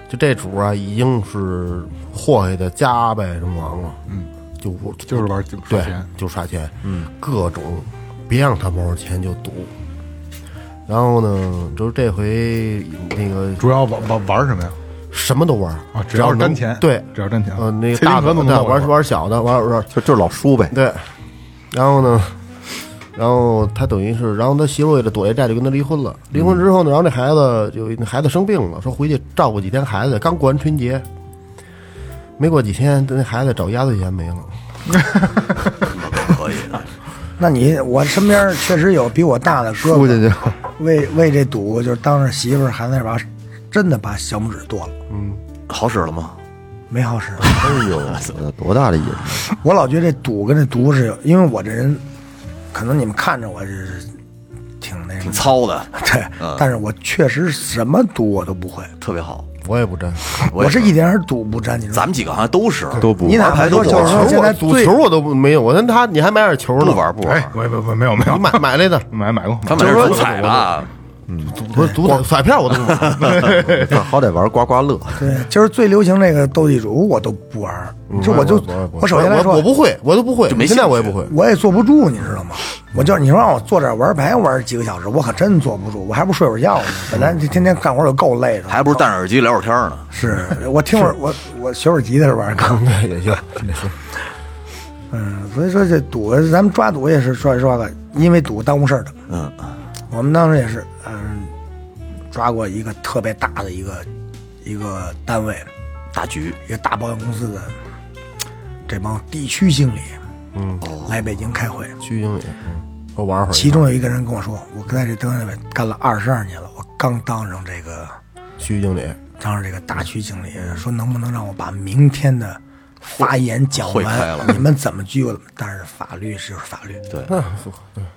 C: 就这主啊已经是祸害的家败人亡了，嗯，就我
B: 就是玩
C: 对
B: 刷钱，，
C: 就刷钱，嗯，各种，别让他毛钱就赌。然后呢，就是这回那个
B: 主要玩玩玩什么呀？
C: 什么都玩
B: 啊，
C: 只
B: 只要是
C: 能
B: 沾钱，
C: 对，
B: 只要沾钱啊。
C: 呃，那个
B: 蔡
C: 大
B: 林格
C: 的
B: 都能
C: 对
B: 弄
C: 玩玩小的，玩玩
F: 就就是老输呗。
C: 对，然后呢，然后他等于是，然后他媳妇为了躲这债就跟他离婚了。离婚之后呢，然后这孩子就那孩子生病了，说回去照顾几天孩子。刚过完春节，没过几天，那孩子找压岁钱没 了。
D: 可以 的，
E: 那你我身边确实有比我大的哥
F: 输
E: 哥，
F: 进 去了，
E: 为为这赌，就是当着媳妇儿还在把真的把小拇指剁了，
D: 好使了吗？
E: 没好使。
F: 哎 呦，这多大的瘾！
E: 我老觉得这赌跟这毒是有，因为我这人，可能你们看着我是挺那什
D: 挺
E: 么，
D: 糙的，
E: 对，但是我确实什么赌我都不会，
D: 特别好。
C: 我也不沾，
D: 我
E: 我
D: 也
E: 是一点儿赌不沾。你知道
D: 咱
E: 吗？
D: 们几个好像都是
F: 都不
E: 你哪
D: 玩牌
E: 怕
D: 都
E: 说
D: 不
E: 就是说
D: 玩
E: 现在
C: 足
E: 最
C: 球我都不没有。我跟他，你还买点球呢？
D: 不玩不
B: 哎
D: 玩，，
B: 我也不不没有没有
C: 你买买来的
B: 买买过，
D: 他
B: 买
D: 们
C: 就是
D: 是
C: 说
D: 足彩吧？
C: 赌不是赌彩彩票我都不买。
F: 好歹玩刮刮乐，
E: 对，就是最流行那个斗地主，我都不玩儿，就我就我首先来说
C: 我，不会，我都不会，
D: 就没
C: 现在
D: 兴
C: 我也
D: 趣
C: 不会。
E: 我也坐不住，你知道吗？我就是你说让我坐这儿玩牌玩几个小时，我可真坐不住，我还不睡会儿觉呢。本来这天天干活就够累的，
D: 还不如戴上耳机聊会儿天儿呢。
E: 是我听会儿我我学会儿吉他玩儿刚才 也行。嗯，所以说这赌，咱们抓赌也是说实话吧，因为赌耽误事儿的。
D: 嗯，
E: 我们当时也是，嗯，抓过一个特别大的一个一个单位，
D: 大局
E: 一个大保险公司的这帮地区经理，嗯，来北京开会，
C: 徐经理，嗯我玩会儿。
E: 其中有一个人跟我说，我在这单位干了二十二年了，我刚当上这个
C: 徐经理，
E: 当时这个大区经理说，能不能让我把明天的发言讲
D: 会开了
E: 完？你们怎么拘我？但是法律是法律，
D: 对，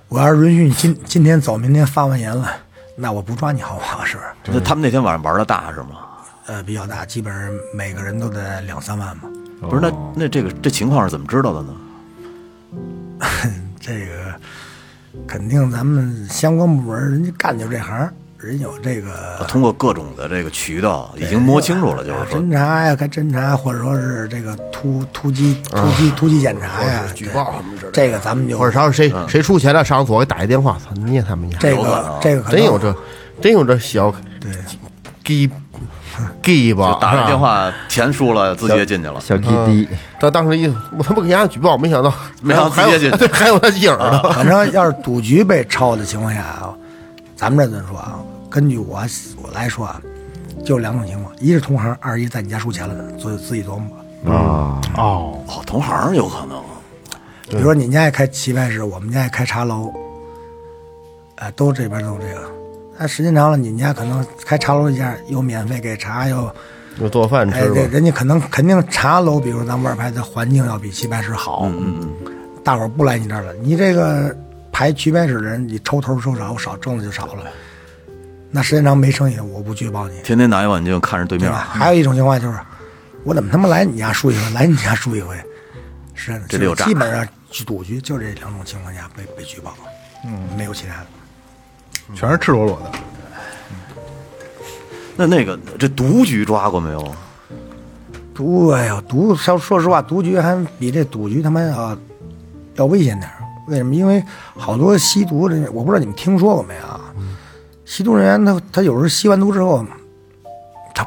E: 我要是允许你今今天走，明天发完言了，那我不抓你好不好？是不是？
D: 那他们那天晚上玩的大是吗？
E: 呃，比较大，基本上每个人都得两三万吧。
D: 不是，那
E: 哦
D: 那这个这情况是怎么知道的呢？
E: 这个肯定咱们相关部门人家干就这行，人有这
D: 啊
E: 个
D: 通过各种的这个渠道已经摸清楚了，就是说
E: 侦查哎呀，该侦查，或者说是这个突突击、突击、突击检查呀，举报什么之类的。这个咱们就
C: 或者上谁谁出钱了，上次我给打一电话，操，捏他们一下。
E: 这
D: 有可能
E: 个这个可能
C: 真有这，真有这小
E: 对
C: 鸡鸡吧
D: 就，打
C: 是
D: 了
C: 吧嗯
D: 电。话，钱输了，自己也进去了。
F: 小滴滴，
C: 他当时一我他妈给人家举报，没想到
D: 没想到
C: 还有
D: 直接就
C: 对还有他影儿呢。
E: 反正要是赌局被抄的情况下啊，咱们这么说啊，根据我我来说啊，就两种情况：一是同行，二一在你家输钱了的，自自己琢磨吧。
F: 啊，
B: 哦，
D: 哦，同行有可能，
E: 比如说你家也开棋牌室，我们家也开茶楼，哎，都这边都有这个。那时间长了，你们家可能开茶楼一家又免费给茶，又
C: 就做饭
E: 哎，
C: 吃吧
E: 对，。人家可能肯定茶楼，比如咱们玩牌的环境要比棋牌室好，嗯嗯，大伙儿不来你这儿了，你这个排棋牌室的人，你抽头抽少少挣的就少了，那时间长没生意，我不举报你，
D: 天天拿一望远镜看着对啊
E: 对
D: 面，
E: 吧？还有一种情况就是，我怎么他妈来你家输一回，来你家输一回，是的
D: 这里有诈
E: 基本上去赌局就这两种情况下被被举报，嗯，没有其他的。
B: 全是赤裸裸的。
D: 那那个这赌局抓过没有？
E: 赌，哎呀，赌，说说实话，赌局还比这赌局他妈要要危险点儿。为什么？因为好多吸毒的，我不知道你们听说过没啊？吸毒人员他他有时候吸完毒之后，他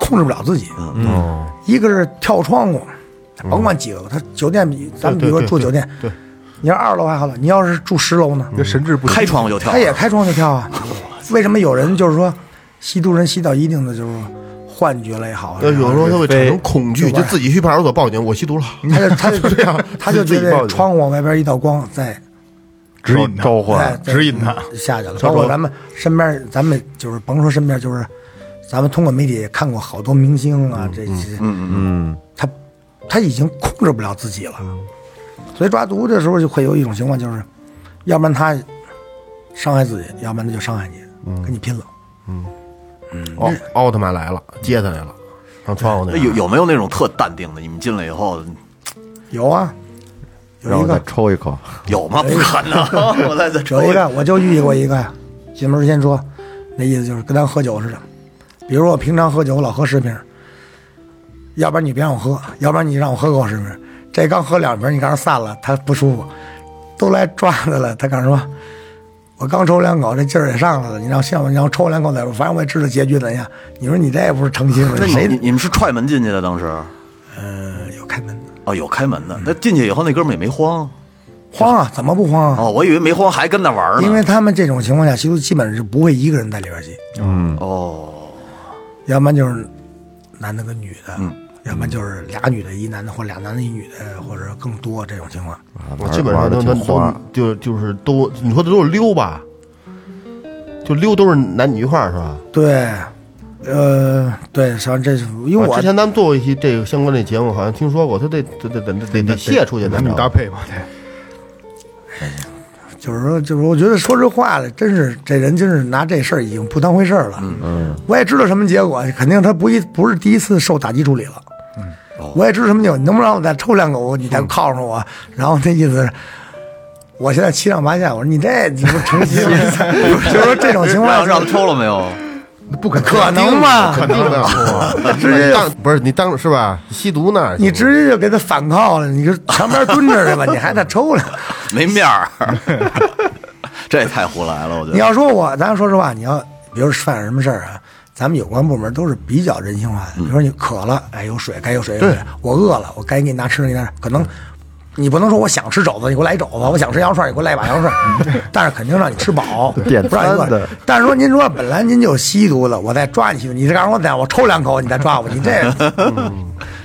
E: 控制不了自己。
F: 哦，
E: 一个是跳窗户，甭管几楼，他酒店比咱们比如说住酒店，对你要二楼还好了，你要是住十楼呢，
B: 这神志不清
D: 开窗户就跳，
E: 他也开窗就跳啊。为什么有人就是说，吸毒人吸到一定的就是幻觉了也好，
C: 呃，有时候他会产生恐惧，
E: 对
C: 就自己去派出所报警，我吸毒了。
E: 他就他就这样， 他就
C: 自己
E: 觉
C: 报
E: 得
C: 警
E: 窗户往外边一道光在
B: 指引他召
E: 哎在
B: 指引他。
E: 下去了。包括咱们身边，咱们就是甭说身边，就是咱们通过媒体也看过好多明星啊，这些，嗯嗯，他他已经控制不了自己了，所以抓毒的时候就会有一种情况，就是要不然他伤害自己，要不然他就伤害你，跟你拼了。
C: 奥奥特曼来了，接他来了，上窗户那
D: 那
C: 儿
E: 啊
D: 有有没有那种特淡定的？你们进来以后
E: 有啊，
F: 然
E: 有
F: 后
E: 一
F: 再
E: 个
F: 抽一口，
D: 有
E: 哎
D: 吗？不可 能！我在这
E: 有一个，我就遇过一个，进门先说，那意思就是跟咱喝酒似的。比如我平常喝酒，我老喝十瓶，要不然你别让我喝，要不然你让我喝够十瓶。这刚喝两瓶，你告诉散了，他不舒服，都来抓他了。他敢说，我刚抽两口，这劲儿也上来了，你让像你让我抽两口再说，反正我也知道结局怎样。你说你这也不是诚心
D: 那
E: 的，
D: 你
E: 谁
D: 你你们是踹门进去的？当时
E: 呃有开门的
D: 哦，有开门的。那进去以后，那哥们儿也没慌
E: 慌啊？怎么不慌啊？
D: 哦，我以为没慌，还跟那玩呢。
E: 因为他们这种情况下，其实基本上是不会一个人在里边儿吸。
D: 哦，
E: 要不然就是男的跟女的，要不然就是俩女的一男的，或俩男的一女的，或者更多这种情况。
C: 我基本
F: 玩
C: 上
F: 的
C: 都
F: 挺
C: 都
F: 花
C: 都，就就是都，你说的都是溜吧，就溜都是男女一块儿是吧？
E: 对，呃，对，像这是因为
C: 啊
E: 我
C: 之前咱们做过一期这个相关的节目，好像听说过，他得得得得得得卸出去才
B: 男女
C: 能
B: 搭配嘛，对。
E: 就是说，就是我觉得说这话的，真是这人真是拿这事儿已经不当回事儿了。嗯嗯，我也知道什么结果，肯定他不一不是第一次受打击处理了。嗯，我也知道什么结果，你能不能让我再抽两口，你再铐上我？然后那意思是。我现在七上八下，我说你这你不成 心了？就是说这种情况
D: 让让他抽了没有？
E: 不可可能吗？
C: 可能的，直接当不是你当是吧？吸毒呢？
E: 你直接就给他反铐了，你就墙边蹲着去吧，你还得抽了。
D: 没面儿， 这也太胡来了，我觉得。
E: 你要说我，咱说实话，你要比如犯点什么事儿啊，咱们有关部门都是比较人性化的。比如说你渴了，哎，有水，该有水有水；我饿了，我该给你拿吃的，给你拿。可能你不能说我想吃肘子，你给我来一肘子；我想吃羊肉串，你给我来一把羊肉串。但是肯定让你吃饱，
F: 点
E: 不让你
F: 餐的
E: 饿。但是说您说本来您就吸毒了，我再抓你，你再让我再我抽两口，你再抓我，你这。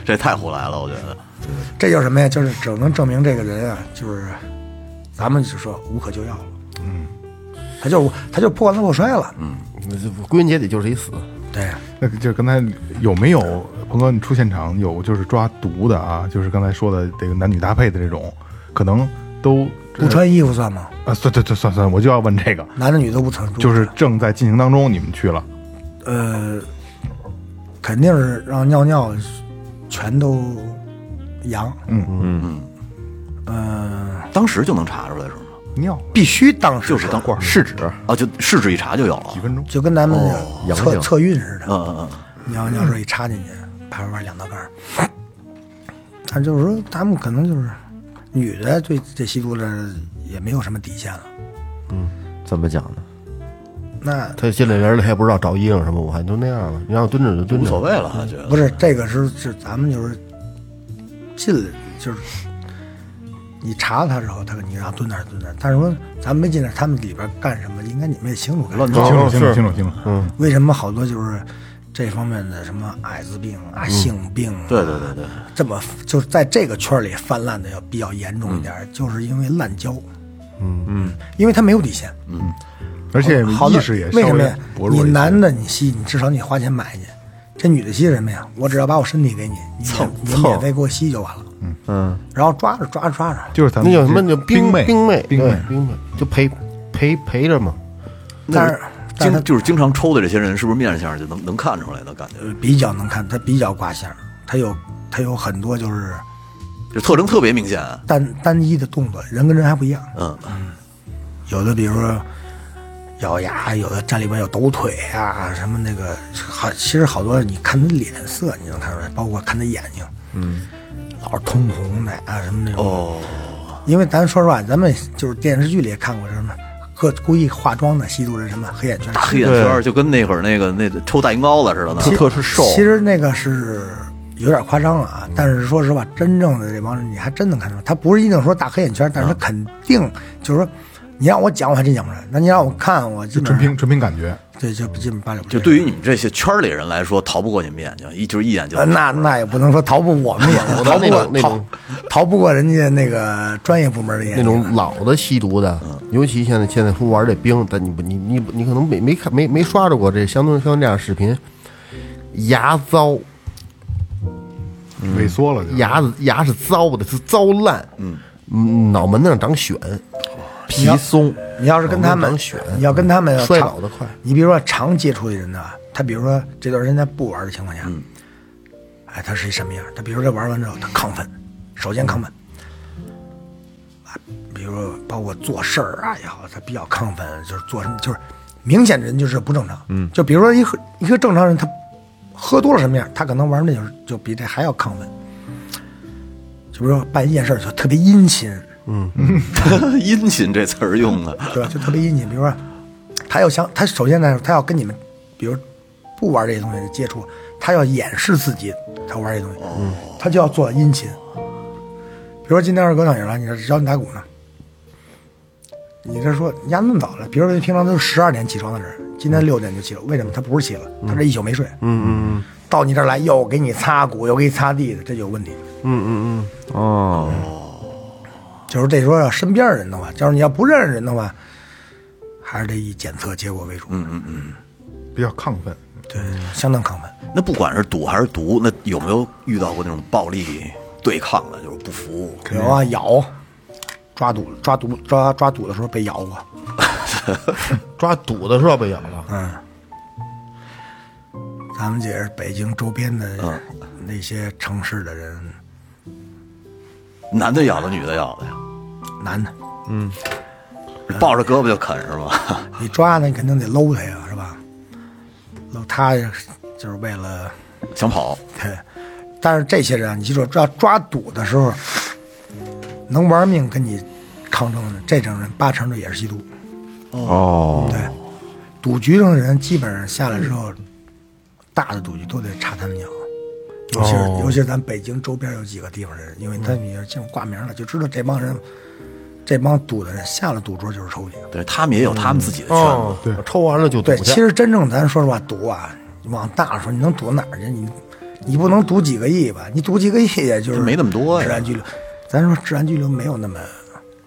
D: 这也太胡来了，我觉得。
E: 这就是什么呀？就是只能证明这个人啊，就是咱们就说无可救药了。嗯，他就他就破罐子破摔了。嗯，
C: 归根结底就是一死，
E: 对，
B: 那就刚才有没有鹏哥，你出现场有就是抓毒的啊，就是刚才说的这个男女搭配的这种，可能都
E: 不穿衣服算吗？
B: 啊，算算算算算，我就要问这个，
E: 男的女的不穿，不
B: 就是正在进行当中，你们去了，
E: 呃，肯定是让尿尿全都阳。嗯嗯嗯，呃，
D: 当时就能查出来是吗？
B: 尿
E: 必须当时
D: 就是当罐
F: 试纸
D: 啊，就试纸一查就有了
B: 几。分钟，
E: 就跟咱们
F: 阳
E: 测、
F: 性
E: 测孕似的。
D: 嗯嗯嗯，
E: 尿尿水一插进去，啪啪啪两道杠儿。但就是说，他们可能就是女的对这吸毒的也没有什么底线了。
F: 怎么讲呢？
E: 那
C: 他进来人了，他也不知道找衣裳什么，我还就那样了。你让我蹲着就蹲
D: 无
C: 着，
D: 所谓了，我觉 得。
E: 不是这个是是咱们就是进来就是你查了他之后，他你让他蹲那儿蹲那儿。但是说咱们没进来，他们里边干什么，应该你们也清楚干什么。
B: 清楚
C: 哦
B: 清楚清楚清楚，
E: 为什么好多就是这方面的什么艾滋病啊、性病啊，
D: 嗯对对对对，
E: 这么就是在这个圈儿里泛滥的要比较严重一点儿，
D: 嗯
E: 就是因为滥交，嗯嗯，因为他没有底线，
B: 而且
E: 好的
B: 意识也
E: 为
B: 稍
E: 什么
B: 微
E: 呀？
B: 薄弱
E: 你
B: 一些。
E: 男的你吸，你至少你花钱买去，这女的吸什么呀？我只要把我身体给你，你免你免费给我吸就完了，
F: 嗯，
E: 然后抓着抓着抓着，
B: 就是咱
C: 那
B: 们
C: 叫什么叫
B: 冰
C: 妹？冰
B: 妹，
C: 冰
B: 冰妹，
C: 冰妹，就陪陪陪着嘛。
E: 但是但是
D: 经就是经常抽的这些人，是不是面相就能能看出来的感觉？
E: 呃比较能看，他比较挂相，他有他有很多就是
D: 就特征特别明显。
E: 单单一的动作，人跟人还不一样，
D: 嗯，
E: 有的比如说咬牙，有的站里边有抖腿啊，什么那个好，其实好多你看他脸色，你能看出来，包括看他眼睛，嗯，老是通红的啊，什么那种。
D: 哦，
E: 因为咱说实话，咱们就是电视剧里也看过什么，各故意化妆的吸毒人什么黑眼圈，
D: 大黑眼圈儿就跟那会儿那个那抽大银膏子似的呢。
E: 其
F: 特是瘦
E: 其实那个是有点夸张了啊，但是说实话，真正的这帮人你还真能看出来，他不是一定说大黑眼圈，但是他肯定就是说，你让我讲我还真讲不出来，那你让我看我基
B: 就
E: 本
B: 纯
E: 上
B: 凭纯凭感觉。
E: 对就基本八九不
D: 就
E: 离
D: 对于你们这些圈儿里人来说，逃不过你们眼睛，一就是一眼就
E: 呃那那也不能说逃不我们也逃不
C: 那种
E: 过
C: 那
E: 逃
C: 种
E: 逃不过人家那个专业部门的眼
C: 那
E: 睛
C: 种老的吸毒的，
F: 嗯
C: 尤其现在现在说玩这冰，但你不你你你可能没没看没没刷着过这相当相这样的视频，牙糟，
B: 萎缩了就，
C: 牙子牙是糟的，是糟烂，嗯，脑门子上长癣，
F: 皮松，
E: 你要是跟他们
C: 能选，
E: 你要跟他们要
C: 衰
E: 长
C: 嗯老得快
E: 你比如说常接触的人呢，他比如说这段时间他不玩的情况下，
C: 嗯
E: 哎，他是一什么样？他比如说他玩完之后，他亢奋，首先亢奋，啊，比如说包括做事儿啊也好，他比较亢奋，就是做什么就是明显人就是不正常。嗯，就比如说一个一个正常人，他喝多了什么样，他可能玩那就是就比这还要亢奋。就比如说办一件事儿就特别殷勤，
D: 殷勤这词儿用的，
E: 对吧？就特别殷勤。比如说，他要想，他首先呢，他要跟你们，比如不玩这些东西的接触，他要掩饰自己，他玩这些东西，他就要做殷勤。比如说今天二哥到你了，你说找你打鼓呢，你这说你家那么早了，比如说平常都是十二点起床的人，今天六点就起了，为什么？他不是起了，他这一宿没睡。嗯嗯嗯。到你这儿来，又给你擦鼓，又给你擦地的，这就有问题。嗯
F: 哦，
E: 就是这时候要身边人的话，就是你要不认识人的话，还是得以检测结果为主。嗯嗯嗯，
B: 比较亢奋。
E: 对，相当亢奋。
D: 那不管是赌还是毒，那有没有遇到过那种暴力对抗的，就是不服？
E: 有啊，咬，抓赌抓赌抓抓赌的时候被咬 过，
C: 抓赌的时候被咬了，
E: 嗯。咱们也是北京周边的那些城市的人，
D: 男的咬的，女的咬的呀，
E: 男的，
D: 抱着胳膊就啃是吗？
E: 你抓呢，你肯定得搂他呀，是吧？搂他就是为了
D: 想跑，
E: 对， 但是这些人啊，你记住，抓抓赌的时候，能玩命跟你抗争的这种人，八成的也是吸毒。
F: 哦，
E: 对，赌局上的人基本上下来之后，大的赌局都得查他们鸟，尤其是、尤其是咱北京周边有几个地方的人，因为他们也进挂名了，就知道这帮人，这帮赌的人下了赌桌就是抽去。
D: 对他们也有他们自己的圈子。
C: 哦，对，抽完了就赌
E: 对，其
C: 去，
E: 实真正咱说实话，赌啊，你往大了说，你能赌哪儿去？你你不能赌几个亿吧？你赌几个亿，也就是
D: 没那么多呀
E: 治安拘留，咱说治安拘留没有那么，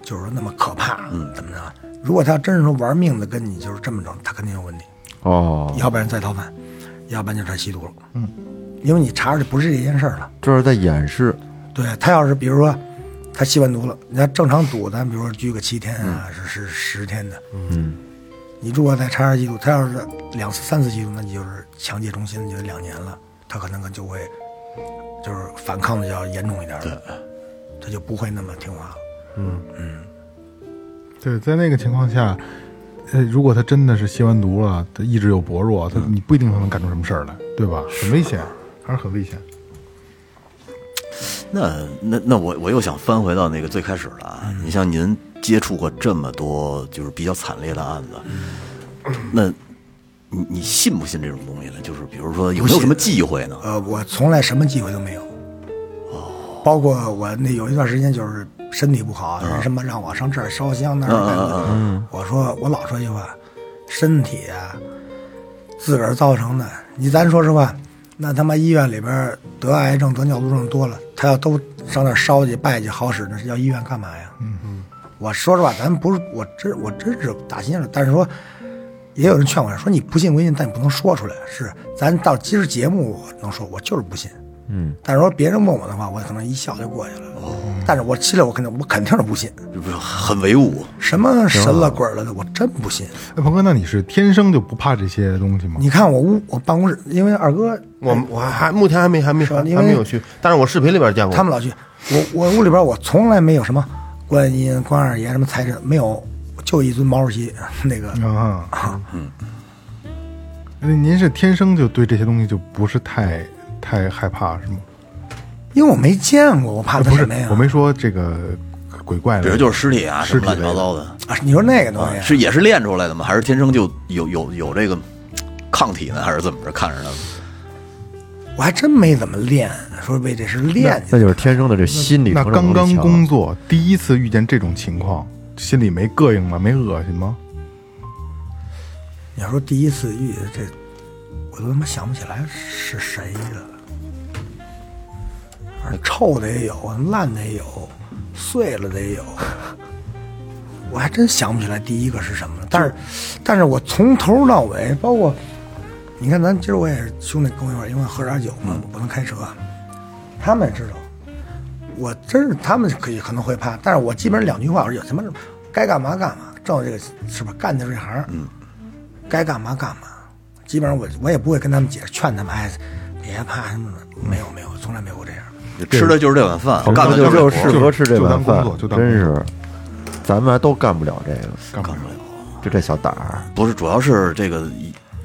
E: 就是说那么可怕，嗯，怎么着？如果他要真是说玩命的跟你就是这么整，他肯定有问题，
F: 哦，
E: 要不然再逃犯，要不然就他吸毒了，嗯，因为你查着不是这件事儿了。
F: 这是在掩饰，
E: 对他要是比如说他吸完毒了，你要正常赌，咱比如说拘个七天啊，是是十天的，嗯，你如果再查查记录，他要是两次、三次记录，那你就是强戒中心，你就两年了，他可能就会就是反抗的要严重一点了，他就不会那么听话了。
B: 对，在那个情况下，呃，如果他真的是吸完毒了，他意志又薄弱，他你不一定能干出什么事儿来，对吧？很危险，还是很危险。
D: 那那那我我又想翻回到那个最开始了啊！你像您接触过这么多就是比较惨烈的案子，那你你信不信这种东西呢？就是比如说有没有什么忌讳呢？
E: 呃，我从来什么忌讳都没有。包括我那有一段时间就是身体不好，人什么让我上这儿嗯烧香那儿拜佛，我说我老说一句话，身体啊，自个儿造成的。你咱说实话，那他妈医院里边儿得癌症、得尿毒症多了，他要都上那儿烧去、拜去好使，那是要医院干嘛呀？嗯嗯，我说实话，咱不是我真我真是打心眼里，但是说也有人劝我说你不信归信，但你不能说出来。是，咱到今儿节目我能说，我就是不信。
F: 嗯，
E: 但是说别人问我的话，我可能一笑就过去了。哦，但是我心里我肯定我肯定是不信，
D: 这不是很唯物。
E: 什么神了鬼了的，我真不信。
B: 哎，鹏哥，那你是天生就不怕这些东西吗？
E: 你看我屋我办公室，因为二哥
C: 我我还目前还没还没
E: 是
C: 还
E: 吧因为
C: 还没有去，但是我视频里边见过
E: 他们老去，我我屋里边我从来没有什么观音、关二爷什么财神，没有，就一尊毛主席那个。
B: 啊，嗯，您是天生就对这些东西就不是太太害怕是吗？
E: 因为我没见过，我怕
B: 呃
E: 他
B: 不是
E: 什哎么呀？，
B: 我没说这个鬼怪的，
D: 比如就是尸体啊，什
B: 尸
D: 么
B: 体
D: 乱七八
B: 类的
D: 糟的，
E: 啊，你说那个东西
D: 是也是练出来的吗？还是天生就有有有这个抗体呢？还是怎么着？看着呢？
E: 我还真没怎么练，说为这是练去
F: 那就是天生的这心理
B: 那
F: 承受
B: 刚
F: 能力
B: 刚
F: 强
B: 工作第一次遇见这种情况，心里没膈应吗？没恶心吗？
E: 你要说第一次遇这，我都他妈想不起来是谁了。反正臭的也有，烂的也有，碎了的也有。我还真想不起来第一个是什么了。但是，但是我从头到尾，包括你看，咱今儿我也是兄弟跟我一块儿，因为喝点酒嘛，我不能开车，啊他们也知道。我真是他们可以可能会怕，但是我基本上两句话，我说有哎什么该干嘛干嘛，照这个是吧？干的这行，嗯，该干嘛干嘛。基本上我我也不会跟他们解释，劝他们哎，别怕什么的，没有没有，从来没有过这样。
D: 吃的就是这碗饭，干的
F: 那就
D: 这
F: 就
D: 活
F: 适合吃这碗饭
B: 就当工作就，当工作
F: 真是，咱们都干不了这个，
B: 干不了。
F: 就这小胆儿。
D: 不是，主要是这个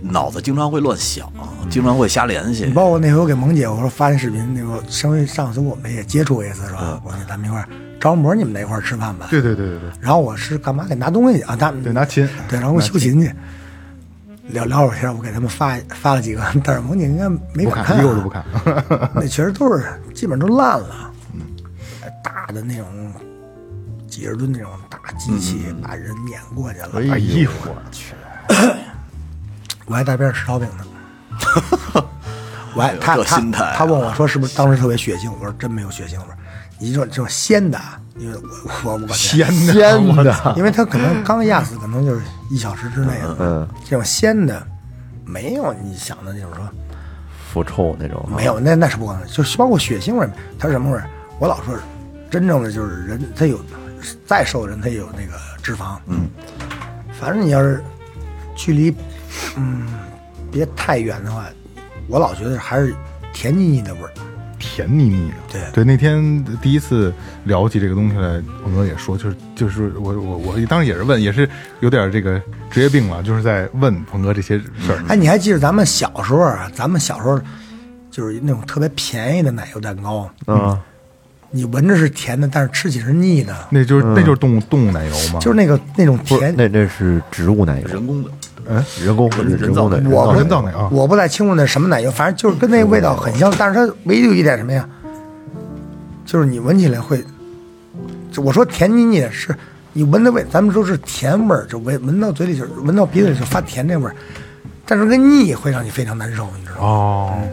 D: 脑子经常会乱想，经常会瞎联
E: 你
F: 嗯
D: 系。
E: 包括那回我给萌姐我说发那视频，那个稍微上次我们也接触过一次是吧？我说咱们一块儿着魔，你们在一块儿吃饭吧。
B: 嗯对对对对对，
E: 然后我是干嘛给拿东西去啊？他们
B: 对拿琴
E: 对，然后我修琴去，聊聊会儿天儿，我给他们发发了几个，但是萌姐应该没
B: 不
E: 敢
B: 看
E: 啊
B: 一个我都不看。 嗯
E: 那确实都是基本上都烂了，大的那种几十吨那种大机
B: 嗯
E: 器把人碾过去了，
B: 哎呦我去，
E: 我还在边上吃烧饼 呢。我还
D: 哎呦
E: 他
D: 这
E: 他
D: 心态啊
E: 他问我说是不是当时特别血腥？我说真没有血腥味儿。你这种这种鲜的啊，因为我我我感觉，
B: 天哪！
F: 天的，
E: 因为他可能刚压死，可能就是一小时之内的。
F: 嗯，
E: 这种鲜的没有你想的那种说
F: 腐臭那种啊，
E: 没有，那那是不可能，就是包括血腥味儿，它是什么味儿？我老说，真正的就是人，他有再瘦的人，他也有那个脂肪。嗯，反正你要是距离嗯别太远的话，我老觉得还是甜腻腻的味儿。
F: 嗯
B: 甜腻腻的。
E: 对
B: 那天第一次聊起这个东西来，我们也说，就是就是我我我当时也是问，也是有点这个职业病了，就是在问鹏哥这些事儿。
E: 哎，你还记得咱们小时候啊？咱们小时候就是那种特别便宜的奶油蛋糕，
F: 嗯，
E: 你闻着是甜的，但是吃起是腻的，
B: 那就是、那就是动物动物奶油嘛，
E: 就是那个那种
F: 不是，
E: 甜。
F: 那那是植物奶油，
D: 人工的，
F: 人工人工的，
E: 我
B: 人造奶啊，
E: 我不太清楚那什么奶油，反正就是跟那味道很像，但是它唯独一点什么呀，就是你闻起来会，就我说甜腻腻的是，你闻的味，咱们说是甜味儿，就闻闻到嘴里就是闻到鼻子里就发甜这味儿，但是跟腻会让你非常难受，你知道吗？
B: 哦，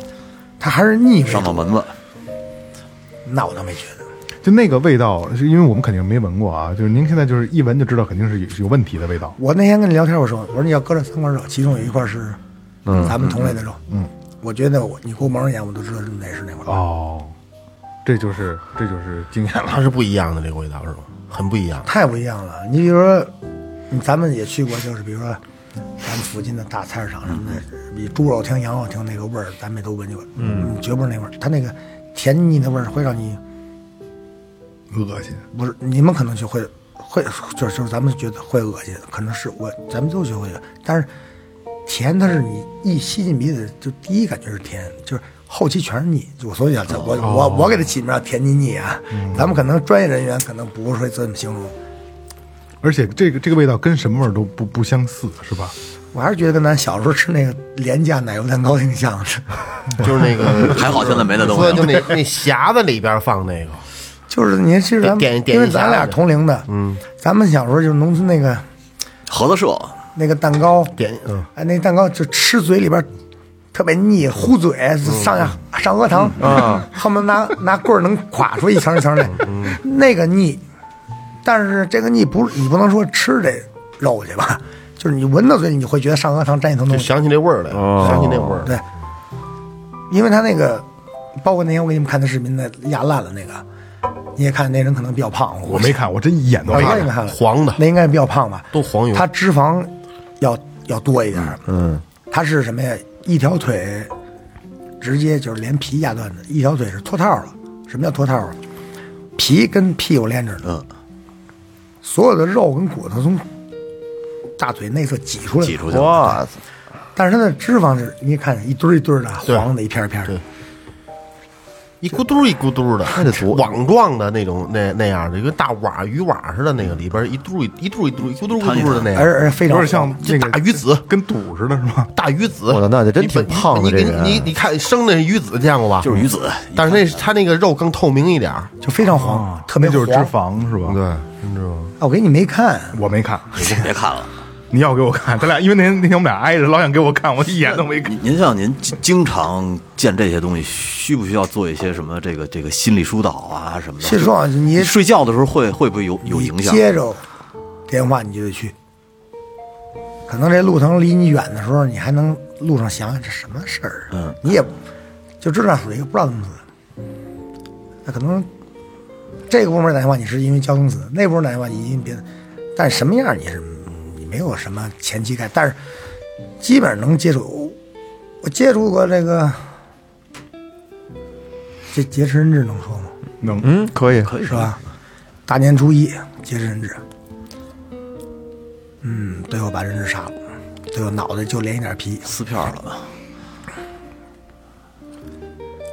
E: 它还是腻味，
D: 上脑门子，
E: 那我倒没觉得。
B: 就那个味道，是因为我们肯定没闻过啊，就是您现在就是一闻就知道肯定是有是有问题的味道。
E: 我那天跟你聊天，我说我说你要搁这三块肉，其中有一块是咱们同类的肉，嗯，我觉得我你给我蒙上眼，我都知道是哪是哪块肉。
B: 哦，这就是这就是经验了。
C: 它是不一样的这个味道是吧？很不一样。
E: 太不一样了。你比如说，嗯咱们也去过，就是比如说，咱们附近的大菜市场什么的，比猪肉听、羊肉听那个味儿，咱们也都闻见过，嗯，绝不是那味儿。它那个甜腻的味儿会让你
B: 恶心，
E: 不是你们可能就会会就是就是咱们觉得会恶心，可能是我咱们都觉得会恶心，但是甜它是你一吸进鼻子就第一感觉是甜，就是后期全是腻。就我所以啊，这我我我给它起名叫甜腻腻啊，咱们可能专业人员可能不会这么形容。
B: 而且这个这个味道跟什么味儿都不不相似，是吧？
E: 我还是觉得跟咱小时候吃那个廉价奶油蛋糕挺 像的，
C: 就是那个，
D: 还好现在没那东西
F: 嗯
C: 说就那那匣子里边放那个，
E: 就是你其实咱们
C: 点点
E: 因为
C: 一下
E: 咱俩
C: 子
E: 同龄的，嗯，咱们小时候就是农村那个
D: 合作社
E: 那个蛋糕，
C: 点嗯，
E: 哎，那蛋糕就吃嘴里边特别腻，糊嘴
C: 嗯
E: 上下上颚膛， 啊，恨不得拿拿棍儿能垮出一层一层 来，
C: 嗯
E: 那个腻。但是这个腻不是你不能说吃这肉去吧，就是你闻到嘴里你会觉得上颚膛沾一层
C: 就
E: 东西，
C: 想起那味儿来
F: 哦
C: 了，想起那味儿。
E: 对，因为他那个，包括那天我给你们看的视频，那压烂了那个，你也看那人可能比较胖，
B: 我没看，我真一眼都
E: 我
B: 没
E: 应该
B: 看
E: 你。们看了
C: 黄的
E: 那应该比较胖吧？
C: 都黄油
E: 它脂肪要要多一点，嗯，它是什么呀？一条腿直接就是连皮压断的，一条腿是脱套了。什么叫脱套了？皮跟屁股连着的，
D: 嗯，
E: 所有的肉跟骨头从大腿内侧挤出来的，
D: 挤出去了。
F: 哇塞，
E: 但是它的脂肪是，你看一堆儿一堆儿的
C: 对
E: 黄的，一片儿一片儿的
C: 对。一咕嘟一咕嘟的，那得多网状的那种那那样的，就跟大瓦鱼瓦似的，那个里边一嘟一一嘟一嘟一咕嘟咕嘟的那样，
E: 而而非常
B: 有点像
C: 这
B: 那个
C: 大鱼子
B: 跟肚似的，是吧？
C: 大鱼子。
F: 我操那得真挺胖的
C: 你本
F: 这人
C: 你你你看生的鱼子见过吧？嗯
D: 就是鱼子，
C: 但是那是它那个肉更透明一点儿，
E: 就非常黄，特 别
B: 哦那就是脂
E: 黄
B: 肪，是吧？
C: 对，你知道吗？
E: 啊我给你没看，
B: 我没看，
D: 别看了。
B: 你要给我看，咱俩因为那天那天我们俩挨着，老想给我看，我一眼都没看。
D: 您您像您经经常见这些东西，需不需要做一些什么这个这个心理疏导啊什么的？
E: 其实说你
D: 你睡觉的时候会会不会有有影响？
E: 接着电话你就得去，可能这路程离你远的时候，你还能路上想想这什么事儿啊？
D: 嗯
E: 你也就知道死一个，不知道怎么死。那可能这个部门打电话你是因为交通死，那部门打电话你因为别的，但什么样你是你没有什么前期概，但是基本上能接触。我接触过这个，这劫持人质能说吗？
B: 能，
F: 嗯，可以，
D: 可以
E: 是？吧？大年初一劫持人质，嗯，最后把人质杀了，最后脑袋就连一点皮，
D: 撕票了吧？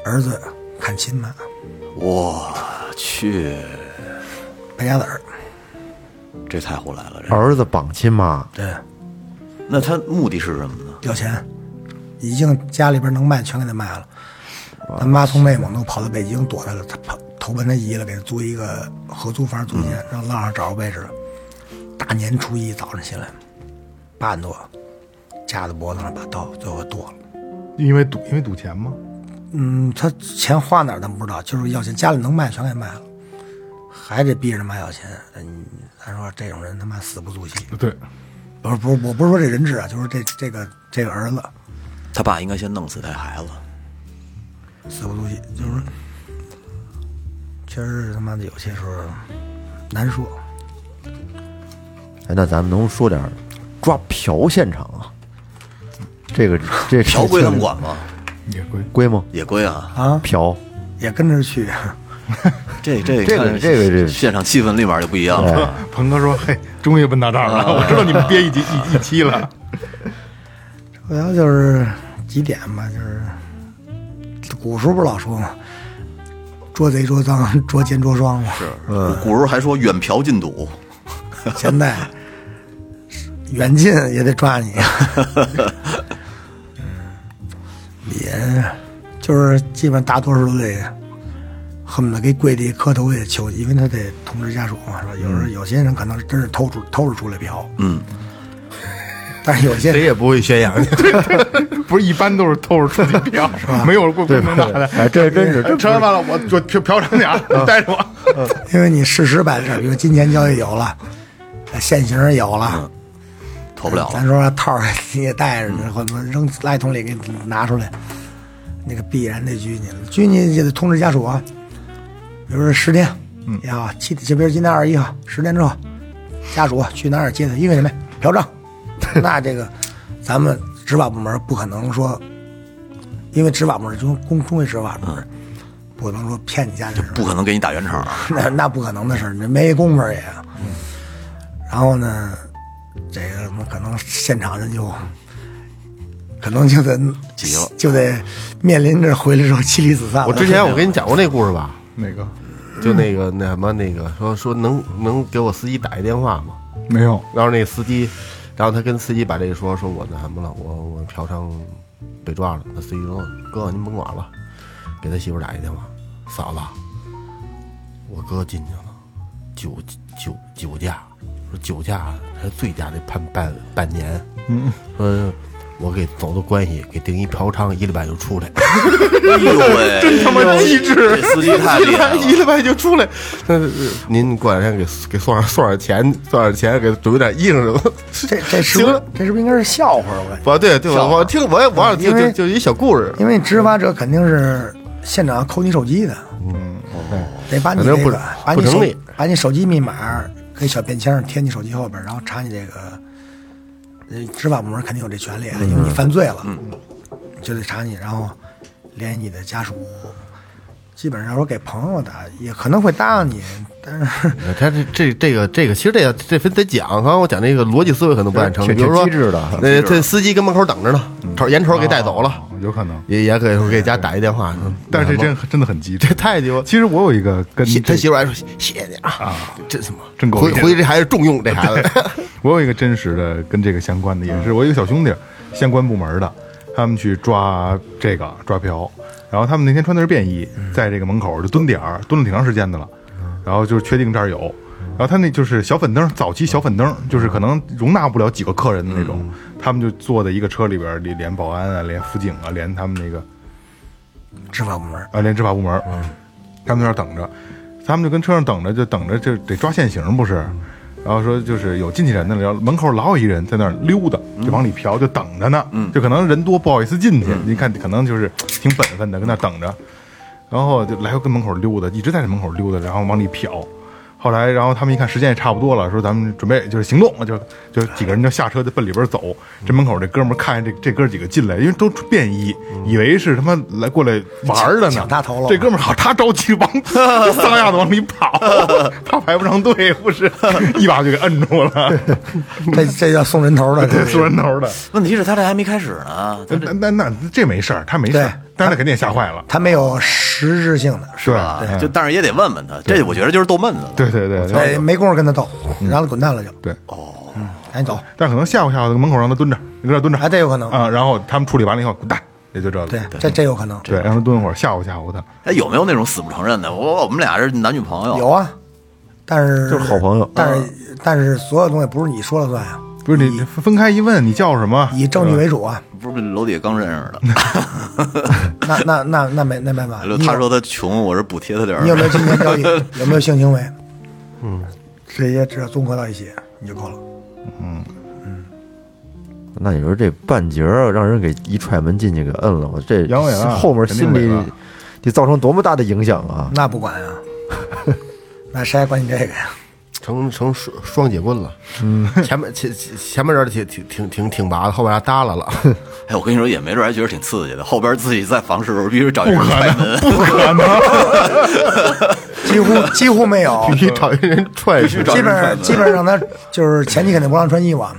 E: 儿子砍亲妈，
D: 我去，
E: 败家子儿，
D: 这太胡来了！这
F: 儿子绑亲妈，
E: 对，
D: 那他目的是什么呢？
E: 要钱，已经家里边能卖全给他卖了。他妈从内蒙都跑到北京躲他了，他跑投奔他姨了，给他租一个合租房租间，让浪上找着位置。大年初一早上起来，八点多，架在脖子上把刀，最后剁了。
B: 因为赌因为赌钱吗？
E: 嗯，他钱花哪儿咱不知道，就是要钱，家里能卖全给卖了，还得逼着他妈要钱。嗯，咱说这种人他妈死不足惜。
B: 对，
E: 不是不是，我不是说这人质啊，就是这这个这个儿子
D: 他爸应该先弄死他孩子。
E: 死不足惜，就是说确实是他妈的有些时候难说。
F: 哎，那咱们能说点儿抓嫖现场啊？这个这
D: 嫖归他们管吗？
B: 也归
F: 归吗？
D: 也归 啊。
F: 嫖
E: 也跟着去，
D: 这这
F: 这个
D: 看
F: 这个这个
D: 现场气氛立马就不一样了。
B: 鹏哥说：“嘿，终于问到这儿了，我知道你们憋一集一一期 了。
E: 主要就是几点吧，就是古时候不是老说嘛，捉贼捉赃，捉奸捉双嘛。
D: 古古时候还说远嫖近赌，
E: 现在远近也得抓你。嗯，也就是基本上大多数都得恨不得给跪地磕头也求，因为他得通知家属嘛，是吧？有时候有些人可能真是偷出偷着出来嫖，
D: 嗯，
E: 但是有些
C: 谁
E: 人
C: 也不会宣扬，
B: 不是一般都是偷着出去嫖，没有过规能打的。
F: 哎，这真是这
B: 吃完饭了，我就嫖嫖长点儿，你带着我。
E: 因为你事实摆在这儿，比如金钱交易有了，现行也有了，
D: 脱不了
E: 咱
D: 了。
E: 说套儿你也带着，你或者扔垃圾桶里给你拿出来，那个必然得拘你了，拘你也得通知家属啊。比如说十天，嗯，呀，七，这边今天二十一号，十天之后，家属啊去哪儿接他？因为什么呀？嫖 娼。那这个，咱们执法部门不可能说，因为执法部门中公中为执法部
D: 嗯
E: 门，不能说骗你家里人，
D: 不可能给你打圆场，哎
E: 那 那不可能的事儿，你没工夫也。然后呢，这个什么可能现场人就，可能就得
D: 急了
E: 就得面临着回来之后妻离子散了。
C: 我之前我跟你讲过那故事吧，
B: 哪个
C: 就那个那什么那个说说能能给我司机打一电话吗？
B: 没有？
C: 然后那司机，然后他跟司机把这个说，说我那什么了，我我嫖娼被抓了。那司机说：“哥，您甭管了，给他媳妇儿打一电话，嫂子，我哥进去了，酒酒酒驾，说酒驾他醉驾得判半半年，嗯，说我给走的关系给定一嫖娼，一礼拜就出来。
D: 哎呦喂，真他妈机智，这司机太厉 害
C: 一
D: 了。
C: 礼拜就出来。那您过两天给给送点送点钱，送点钱给准备点衣裳什么。
E: 这这是
C: 行
E: 不是
C: 了
E: 这是不是应该是笑话？我感觉，
C: 不对，对我我听我也我也听
E: 因
C: 就
E: 为
C: 就一小故事，
E: 因为执法者肯定是现场扣你手机的，嗯，得把你这
C: 反正不
E: 个把你
C: 不
E: 手
C: 成立
E: 把你手机密码跟小便签上贴你手机后边，然后查你这个，呃，执法部门肯定有这权利，因为你犯罪了，就得查你，然后联系你的家属。基本上说给朋友打，也可能会答应你，但是
C: 他这这这个这个，其实这个这分得讲。刚刚我讲这个逻辑思维可能不太成
F: 挺
C: 立，比如说
F: 挺机智的挺
C: 那这司机跟门口等着呢，瞅眼瞅给带走了，
B: 啊有可能，
C: 也也给给家打一电话。
B: 但是这
C: 这
B: 真真的很机智
C: 这。太牛了。
B: 其实我有一个跟
C: 媳
B: 这
C: 他媳妇儿还说谢谢你啊，真什么
B: 真够
C: 回
B: 意思
C: 回这孩子重用这孩子，
B: 我有一个真实的跟这个相关的，也
E: 嗯
B: 是我有一个小兄弟，相关部门的，他们去抓这个抓嫖，然后他们那天穿的是便衣，
E: 嗯
B: 在这个门口就蹲点儿，蹲了挺长时间的了，然后就是确定这儿有，然后他那就是小粉灯，早期小粉灯
E: 嗯
B: 就是可能容纳不了几个客人的那种，他们就坐在一个车里边儿，连连保安啊，连辅警啊，连他们那个
E: 执法部门
B: 啊，连执法部门，嗯，他们在那儿等着，他们就跟车上等着，就等着就得抓现行不是？然后说就是有进去人的了，然后门口老有一人在那儿溜达，就往里瞟，就等着呢，就可能人多不好意思进去，你看可能就是挺本分的，跟那儿等着，然后就来回跟门口溜达，一直在这门口溜达，然后往里瞟。后来，然后他们一看时间也差不多了，说咱们准备就是行动了，就就几个人就下车就奔里边走。这门口这哥们儿看见这这哥几个进来，因为都便衣，以为是他妈来过来玩儿的呢。
E: 抢大头了
B: 这哥们儿好，他着急往 撒丫子往里跑，怕排不上队，不 是一把就给摁住了，
E: 这这叫送人头的，这
B: 缩人头的。
D: 问题是他这还没开始呢，他
B: 那那那这没事儿，他没事
E: 对
B: 儿，但是他肯定也吓坏了。
E: 他没有实质性的，
B: 是吧？哎
D: 啊，就但是也得问问他，这我觉得就是逗闷子了。
B: 对对对
E: 没
B: 对
E: 没工夫跟他斗，然后滚蛋了就，
B: 对。
D: 哦
E: 赶紧走。
B: 但可能吓唬吓唬他，门口让他蹲着，你搁这儿蹲着，
E: 哎这有可能
B: 啊。然后他们处理完了以后，滚蛋，也就这个。
E: 对，这这有可能。
B: 对，让他蹲会儿，吓唬吓唬他。
D: 哎，有没有那种死不承认的？我我们俩是男女朋友，
E: 有啊，但是
F: 就是好朋友
E: 但是但是所有东西不是你说了算啊，
B: 不是你分开一问，你叫什么？
E: 以证据为主啊。
D: 不是楼底下刚认识的。
E: 那那那那没那没办法。你
D: 哎他
E: 有
D: 说他穷，我是补贴他点儿。
E: 你有没有金钱交易？有没有性行为？嗯，这些只要综合到一起你就够了。
F: 那你说这半截儿让人给一踹门进去给摁了，我这
B: 阳痿啊
F: 后面
B: 肯定
F: 心
B: 痿
F: 里
B: 了嗯
F: 得造成多么大的影响啊！
E: 那不管啊，那谁还管你这个呀？
C: 成成双双节棍了。前面前前前面这挺挺挺挺挺拔的，后边还耷拉了。
D: 哎，我跟你说，也没准还觉得挺刺激的。后边自己在房事的时候，必须找一人开门，
E: 几乎几乎没有，
C: 必须找一人踹
D: 必须
C: 去。
D: 找
E: 基
D: 人
E: 本
D: 开
E: 上
D: 门。
E: 基本上他就是前期肯定不让穿衣服啊，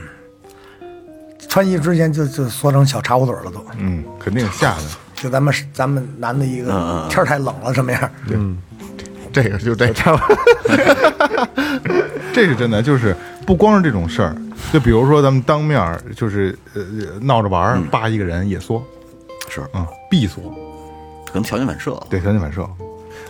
E: 穿衣服之前就就缩成小茶壶嘴了都。
B: 嗯，肯定吓的。
E: 就咱们咱们男的一个天儿太冷了什么样？
C: 这个就这个，
B: 这是真的，就是不光是这种事儿，就比如说咱们当面儿就是呃闹着玩儿，扒一个人也缩，
D: 是
B: 嗯，必缩，
D: 可能条件反射了。
B: 对，条件反射。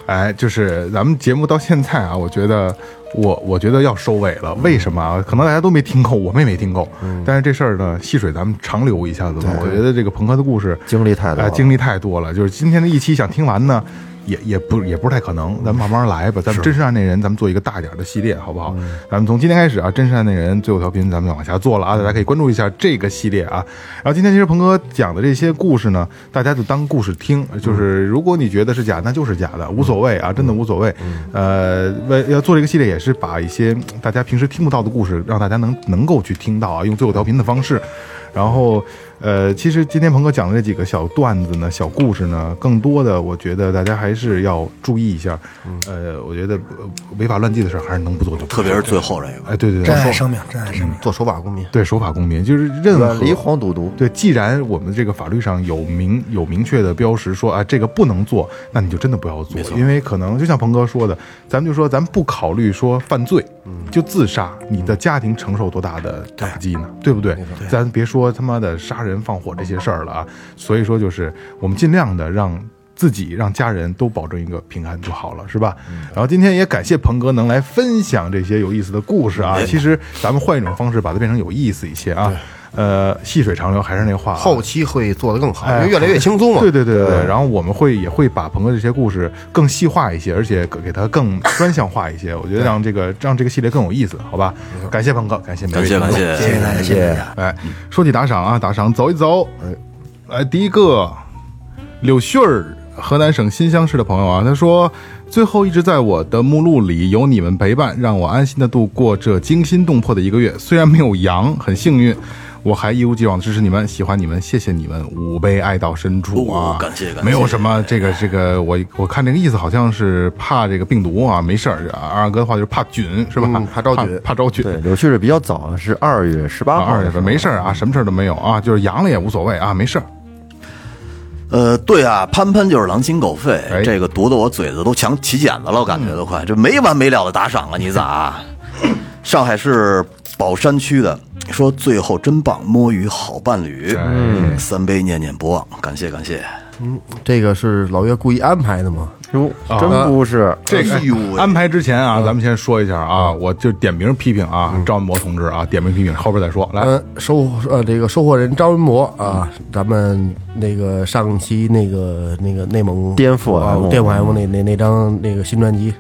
B: 哎，就是咱们节目到现在啊，我觉得我我觉得要收尾了。为什么啊？可能大家都没听够，我们也没听够。但是这事儿呢，细水咱们长流一下子吧。我觉得这个朋克的故事
F: 经历太多
B: 哎
F: 了
B: 经历太多了。就是今天的一期想听完呢，也也不也不是太可能。咱们慢慢来吧。咱们真实案内人，咱们做一个大点儿的系列，好不好？
F: 嗯
B: 咱们从今天开始啊，真实案内人最后调频咱们往下做了
F: 嗯
B: 啊，大家可以关注一下这个系列啊。然后今天其实鹏哥讲的这些故事呢，大家就当故事听，
F: 嗯
B: 就是如果你觉得是假，那就是假的，无所谓啊，真的无所谓。
F: 嗯
B: 呃，为要做这个系列也是把一些嗯大家平时听不到的故事，让大家能能够去听到啊，用最后调频的方式。然后，呃，其实今天鹏哥讲的这几个小段子呢、小故事呢，更多的我觉得大家还是要注意一下。呃，我觉得呃违法乱纪的事儿还是能不做就不做
D: 特别是最后这个，
B: 哎，对对
E: 珍
B: 对，
E: 爱
B: 说
E: 生命，珍爱生命。
F: 嗯
C: 做守法公民。
B: 对守法公民，就是任何
F: 远离黄赌毒，
B: 对，既然我们这个法律上有明有明确的标识说啊，这个不能做，那你就真的不要做，因为可能就像鹏哥说的，咱们就说咱们不考虑说犯罪，就自杀，你的家庭承受多大的打击呢？对不对？咱别说他妈的杀人放火这些事儿了啊，所以说就是我们尽量的让。自己让家人都保证一个平安就好了，是吧？
C: 嗯
B: 然后今天也感谢鹏哥能来分享这些有意思的故事啊。
C: 嗯
B: 其实咱们换一种方式把它变成有意思一些啊。呃，细水长流还是那话、啊，
C: 后期会做得更好，因
B: 哎
C: 为越来越轻松 嘛。
B: 对对对对对，然后我们会也会把鹏哥这些故事更细化一些，而且给他更专项化一些。我觉得让这个让这个系列更有意思，好吧？感谢鹏哥，感谢每位
D: 感谢
B: 听众
D: 感谢，
E: 谢谢大家，谢谢大家。
B: 哎，说起打赏啊，打赏走一走。哎，来第一个，柳絮儿，河南省新乡市的朋友啊，他说，最后一直在我的目录里有你们陪伴，让我安心的度过这惊心动魄的一个月。虽然没有羊，很幸运，我还一如既往的支持你们，喜欢你们，谢谢你们，吾辈爱到深处啊！
D: 哦感谢感谢
B: 没有什么这个这个，我我看这个意思好像是怕这个病毒啊，没事儿。二哥的话就是怕菌是吧？
C: 嗯怕招菌
B: 怕招菌。
F: 对，柳絮是比较早，是二月十八
B: 啊，
F: 号
B: 二
F: 的
B: 月
F: 时候，
B: 份没事儿啊，什么事儿都没有啊，就是阳了也无所谓啊，没事儿。
D: 呃，对啊，潘潘就是狼心狗肺，
B: 哎
D: 这个毒的我嘴子都强起茧子了，我感觉都快，这没完没了的打赏啊，你咋、上海市宝山区的说最后真棒，摸鱼好伴侣，
B: 嗯
D: 三杯念念不忘，感谢感谢。
C: 这个是老岳故意安排的嘛？
F: 哟，真不是，
B: 啊这个
D: 哎呦 喂
B: 安排之前啊，咱们先说一下啊，我就点名批评啊，赵文博同志啊，点名批评，后边再说。来，
C: 呃，收呃这个收货人张文博啊，
F: 嗯
C: 咱们那个上期那个那个内蒙
F: 颠覆
C: 啊
F: M
C: 颠覆 M 那那那张那个新专辑，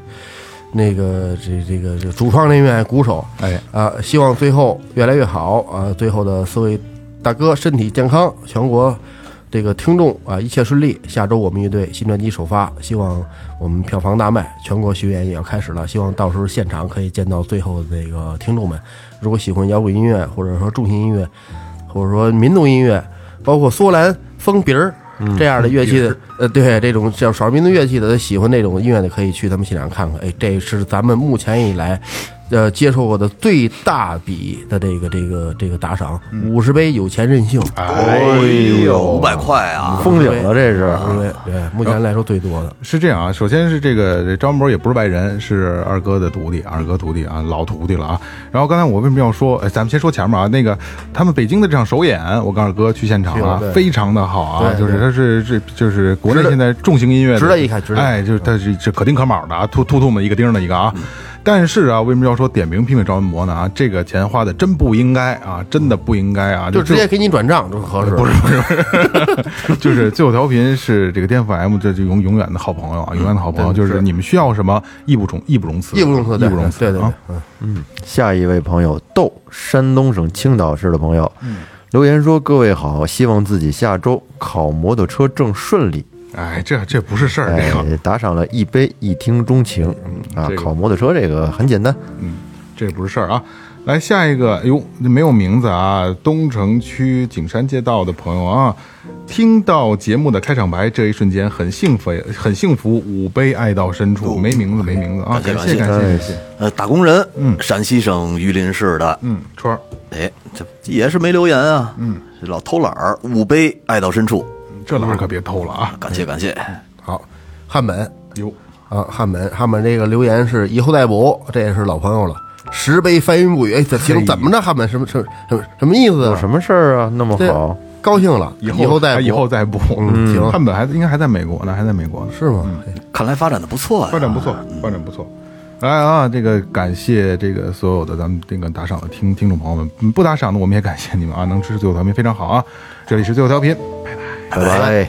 C: 那个这这个这个主创人员鼓手
B: 哎，
C: 啊，希望最后越来越好啊！最后的四位大哥身体健康，全国这个听众啊一切顺利。下周我们乐队新专辑首发，希望我们票房大卖，全国巡演也要开始了，希望到时候现场可以见到最后的这个听众们。如果喜欢摇滚音乐，或者说重型音乐，或者说民族音乐，包括苏兰、风笛儿。这样的乐器的，呃，对这种叫少数民族乐器的，喜欢这种音乐的，可以去他们现场看看。哎，这是咱们目前以来呃接受过的最大笔的这个这个这个打赏，五十杯有钱任性，
B: 哎嗯
D: 五百块啊！
F: 封顶了，这是。
C: 五十杯对，目前来说最多的。
B: 是这样啊，首先是这个这张博也不是外人，是二哥的徒弟，二哥徒弟啊，老徒弟了啊。然后刚才我为什么要说，哎，咱们先说前面啊，那个他们北京的这场首演，我跟二哥去现场
C: 去
B: 了，
C: 了对
B: 非常的好啊，
C: 对
B: 就是
C: 对
B: 他是这就是国内
C: 值得
B: 现在重型音乐的
C: 值得一看值得一看
B: 哎，就是他是这可丁可卯的啊，突突突的一个钉儿的一个啊。
C: 嗯
B: 但是啊，为什么要说点名批评赵文博呢？啊，这个钱花的真不应该啊，真的不应该啊，
C: 就
B: 这
C: 直接给你转账，就合适。不是，
B: 就是 最后调频是这个颠覆 M 这就永永远的好朋友啊，永远的好朋友，就是你们需要什么义不容义不容辞，
C: 义不容辞，
B: 义
C: 对
B: 不容辞，
C: 对对
B: 啊
C: 对，嗯
F: 下一位朋友豆，山东省青岛市的朋友，
B: 嗯
F: 留言说：“各位好，希望自己下周考摩托车证顺利。
B: 哎，这这不是事”儿，
F: 哎
B: 这个，嗯
F: 打赏了一杯，一听钟情啊
B: 这！个
F: 考摩托车这个很简单，
B: 这不是事儿啊。来下一个，哎呦，没有名字啊，东城区景山街道的朋友啊，听到节目的开场白，这一瞬间很幸福，很幸福，五杯爱到深处，没名字，没名字啊，
D: 感
B: 感
D: 谢
B: 感
D: 感
B: 谢
F: 哎
B: 感谢，
D: 呃，打工人，
B: 嗯
D: 陕西省榆林市的，
B: 嗯，川儿，
D: 哎，这也是没留言啊，嗯，老偷懒儿，五杯爱到深处，
B: 这老师可别偷了啊，
D: 感谢感谢，
C: 好，汉本
B: 哟，
C: 啊，汉本，汉本这个留言是以后再补，这也是老朋友了。十杯翻云覆雨，哎，这其中怎么着？汉本什么什么什么什么意思
F: 有
C: 啊？
F: 什么事儿啊？那么
C: 对
F: 好，，
C: 高兴了，以
B: 以后哎
C: 再补，
B: 以后再补，
C: 嗯行
B: 汉本还应该还在美国呢，还在美国呢。
C: 是吗？
D: 看来发展的不错呀，
B: 发展不错，发展不错。来啊，这个感谢这个所有的咱们这个打赏的听听众朋友们，嗯不打赏的我们也感谢你们啊，能支持最后调频非常好啊。这里是最后调频，
F: 拜拜。